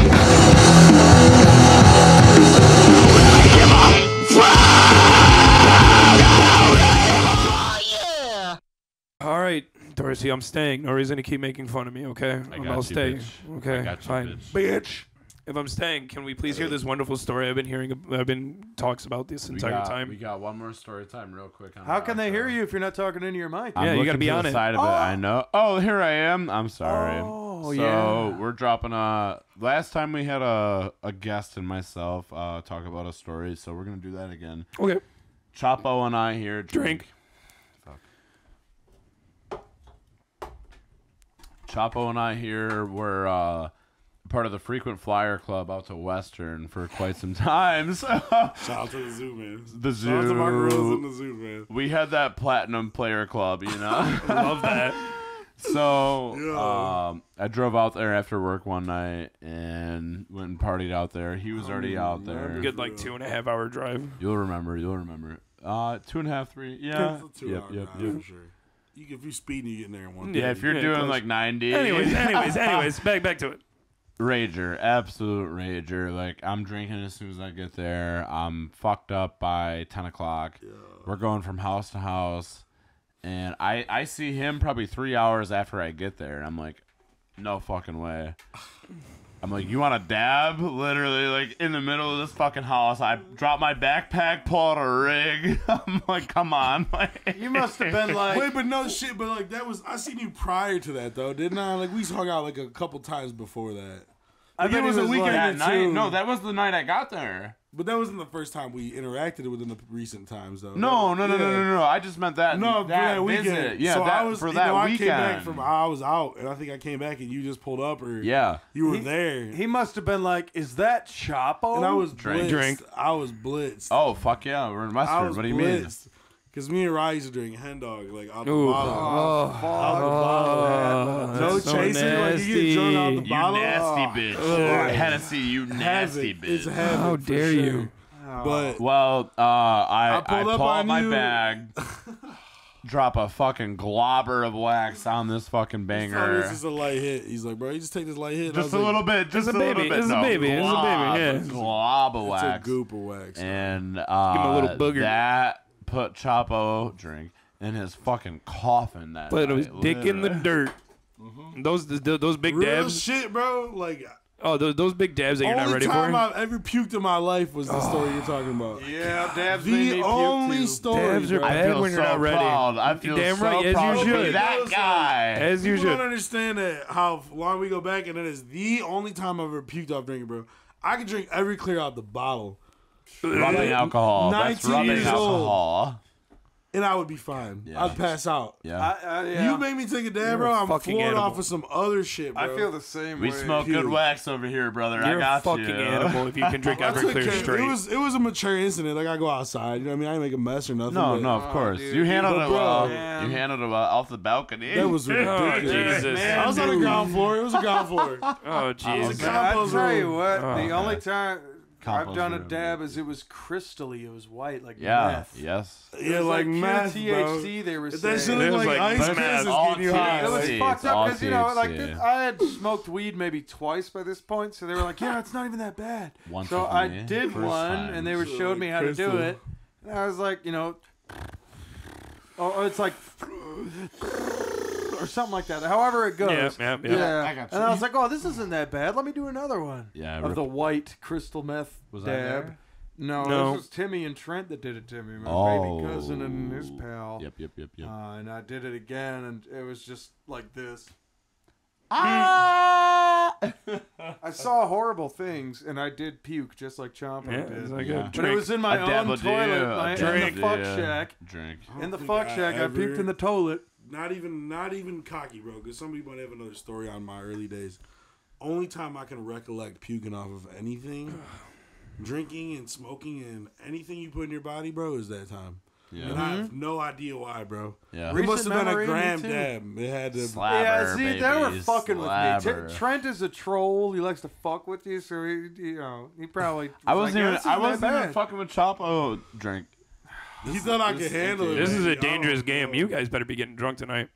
All right, Dorsey, I'm staying. No reason to keep making fun of me, okay? I got will you, stay. bitch. Okay, I got you, fine. bitch. If I'm staying, can we please hear this wonderful story I've been hearing? ab- I've been talks about this We entire got, time. We got one more story time, real quick. On How can they hear outro. you if you're not talking into your mic? Yeah, I'm you gotta looking be to on the it. Side of it, I know. Oh, here I am. I'm sorry. Oh, so yeah. we're dropping a. Last time we had a a guest and myself uh, talk about a story, so we're gonna do that again. okay. Chapo and I here drink. Drink. Chapo and I here were uh, part of the frequent flyer club out to Western for quite some time. So Shout out to the zoo, man. the zoo. Shout out to Mark Rose and the zoo, man. we had that platinum player club, you know. Love that. So Yeah. um, I drove out there after work one night and went and partied out there. He was already out there. Mm, Good, like two and a half hour drive. You'll remember. You'll remember. Uh, two and a half, three. Yeah. It's a two yep, hour yep, drive yep. for sure. You, can- if you speeding, you get in there in one. Yeah, if you're Yeah, doing close. like 90. Anyways, anyways, anyways, back back to it. Rager, absolute rager. Like I'm drinking as soon as I get there. I'm fucked up by ten o'clock. We're going from house to house, and I I see him probably three hours after I get there, and I'm like, no fucking way. I'm like, you want a dab? Literally, like in the middle of this fucking house, I drop my backpack, pull out a rig. I'm like, come on, like, You must have been like, Wait, but no shit. But like that was I seen you prior to that though, didn't I? Like we hung out like a couple times before that. I bet it was he a weekend like- or that night. two. No, that was the night I got there. But that wasn't the first time we interacted within the recent times though. No, no, no, no, Yeah. no, no, no. I just meant that. No, that, for that weekend. Visit. Yeah, so that, I was, for you that know, I weekend. came back from I was out, and I think I came back, and you just pulled up, or yeah. you were He- there. he must have been like, is that Chapo? and I was Drink. blitzed. Drink. I was blitzed. Oh fuck yeah, we're in I Western. was What do you mean? blitzed. Cause me and Rye used to drink hen dog like out the Ooh. bottle, out the Oh, bottle. no that's so chasing, like you get drunk out the You nasty. bottle. nasty bitch. Hennessy, you nasty Havoc. It's bitch. havoc How for dare sure. you. But Well, uh, I, I I, pulled up pull out on my you. bag, drop a fucking globber of wax on this fucking Sorry, it's banger. just a light hit. He's like, bro, you just take this light hit. And I Just was a like, little bit, just a a little baby, bit. it's a No, baby, it's a glob, baby, yeah. glob of It's wax. a goop of wax. and uh, him a little booger. That put Chapo drink in his fucking coffin. That But it was night, dick in the literally. dirt. Mm-hmm. Those th- those big Real dabs. shit, bro. Like, oh, those, those big dabs that you're not only ready time for. I've ever puked in my life was the story you're talking about. Yeah, dabs made me The puke only too. story. Dabs are bro. bad when you're not ready. Proud. I feel damn so right, as you proud to be should. That guy. As People don't usual. understand that how long we go back, and that is the only time I've ever puked off drinking, bro. I can drink every clear out the bottle, Rubbing alcohol. That's 19 rubbing years alcohol. and I would be fine. Yeah. I'd pass out. Yeah. I, I, yeah. You made me take a dab, bro. I'm fucking floored animal. off of some other shit, bro. I feel the same we way. smoke good wax over here, brother. You're I a got fucking you. animal if you can drink I every took clear care- straight. It was it was a mature incident. Like I go outside, you know what I mean. I didn't make a mess or nothing. No, but no, of course. Oh, dude. you handled But it bro, well. man. You handled it well off the balcony. that was oh, ridiculous. Jesus. I was on the dude. ground floor. It was a ground floor. Oh, Jesus. God. I Compo's tell you room. what, Oh, the man. only time Compo's I've done a room. dab is it was crystally, it was white like yeah. meth. Yes. It yeah, was like, pure meth, bro. THC. They were If that shit saying. It looked was like, like ice meth. kiss, All it's getting you high. THC. It was See, fucked it's up all because you know, like THC. th- I had smoked weed maybe twice by this point, so they were like, "Yeah, it's not even that bad." Once so with I me, did first one, time. and they were So, showed me how to do crystal. it, and I was like, you know, oh, oh, it's like or something like that. However it goes. Yeah, yeah, yeah. Yeah. and I was like, "Oh, this isn't that bad. Let me do another one." Yeah, of rip- the white crystal meth Was I dab. there? No, No. this was Timmy and Trent that did it to me. My Oh. baby cousin and his pal. Yep, yep, yep, yep. Uh, and I did it again, and it was just like this. I saw horrible things, and I did puke just like Chomper Yeah, did. it's like Yeah. a but it drink. was in my A own dabble do, toilet, a my, in drink. the fuck Yeah. shack. Drink. In the think fuck I shack, I ever- puked in the toilet. Not even, not even cocky, bro. Because somebody might have another story on my early days. Only time I can recollect puking off of anything, drinking and smoking and anything you put in your body, bro, is that time. Yeah. And I have no idea why, bro. Yeah. It must Recent have been memory, a me gram too. dab. It had to. Slabber, yeah, see, they were baby, fucking with me. slabber. T- Trent is a troll. He likes to fuck with you, so he, you know, he probably. I was wasn't like, even. "This isn't I that wasn't even bad." fucking with Chapo. Drink. He thought I could handle it. This is a baby. dangerous Oh, game. bro. You guys better be getting drunk tonight.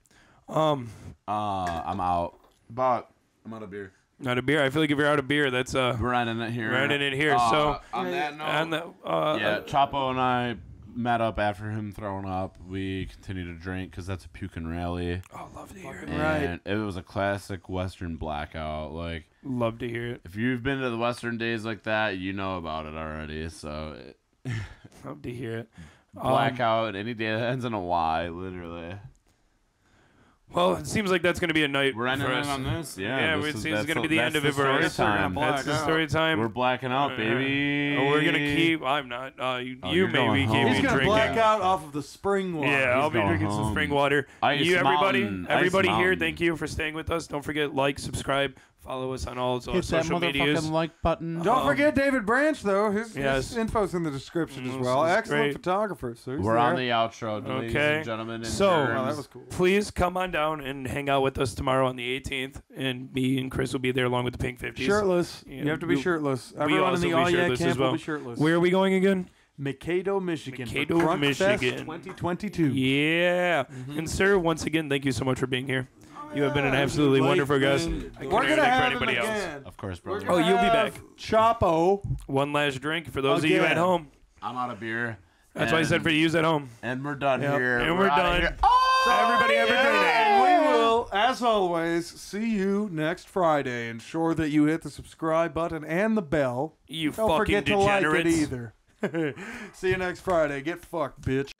Um, Uh, I'm out. But I'm out of beer. not a beer. I feel like if you're out of beer, that's uh, We're ending it here. We're ending it here, Uh, so- on that note, and the, uh, yeah, Chapo and I met up after him throwing up. We continued to drink because that's a puking rally. Oh, love to hear it. And it was a classic Western blackout. Like, Love to hear it. if you've been to the Western days like that, you know about it already. So, it, Love to hear it. Um, blackout any day that ends in a Y, literally. well, it seems like that's going to be a night We're ending for it us. on this. Yeah, Yeah, this it is- seems that's gonna be the that's end of it for story us. time. We're gonna That's It's the- the story time. We're blacking out, Uh, baby. Oh, we're gonna keep. I'm not. Uh, you Oh, you you're maybe going keep home. me He's gonna drinking. black out off of the spring water. Yeah, I'll be going drinking some home. spring water. Ice you everybody, Mountain, Ice everybody here, Mountain. thank you for staying with us. Don't forget like, subscribe, follow us on all our social medias. like button. Don't Um, forget David Branch though. His, yes. his info's in the description as Mm, This well. is Excellent great. photographer. So he's We're on the there. outro, ladies Okay. and gentlemen. and So- germs. Wow, that was cool. Please come on down and hang out with us tomorrow on the 18th, and me and Chris will be there along with the Pink 50s. Shirtless. Yeah, you have to be we- shirtless. Everyone in also the be All Yeah shirtless as camp well. will be shirtless. Where are we going again? Mankato, Michigan. for Mankato, Crunk Fest Mm-hmm. Michigan. 2022. Yeah. And sir, once again, thank you so much for being here. You have been an absolutely Blake, wonderful guest. man. I couldn't We're even gonna thank have him again. Of course, brother. Oh, you'll be back. Have Chapo. One last drink for those of you at Again. home. I'm out of beer. That's why I said for you at home. And we're done here. And we're outta done. here. Everybody, everybody. And we will, as always, see you next Friday. Ensure that you hit the subscribe button and the bell. You Don't fucking forget to like it degenerates. either. see you next Friday. Get fucked, bitch.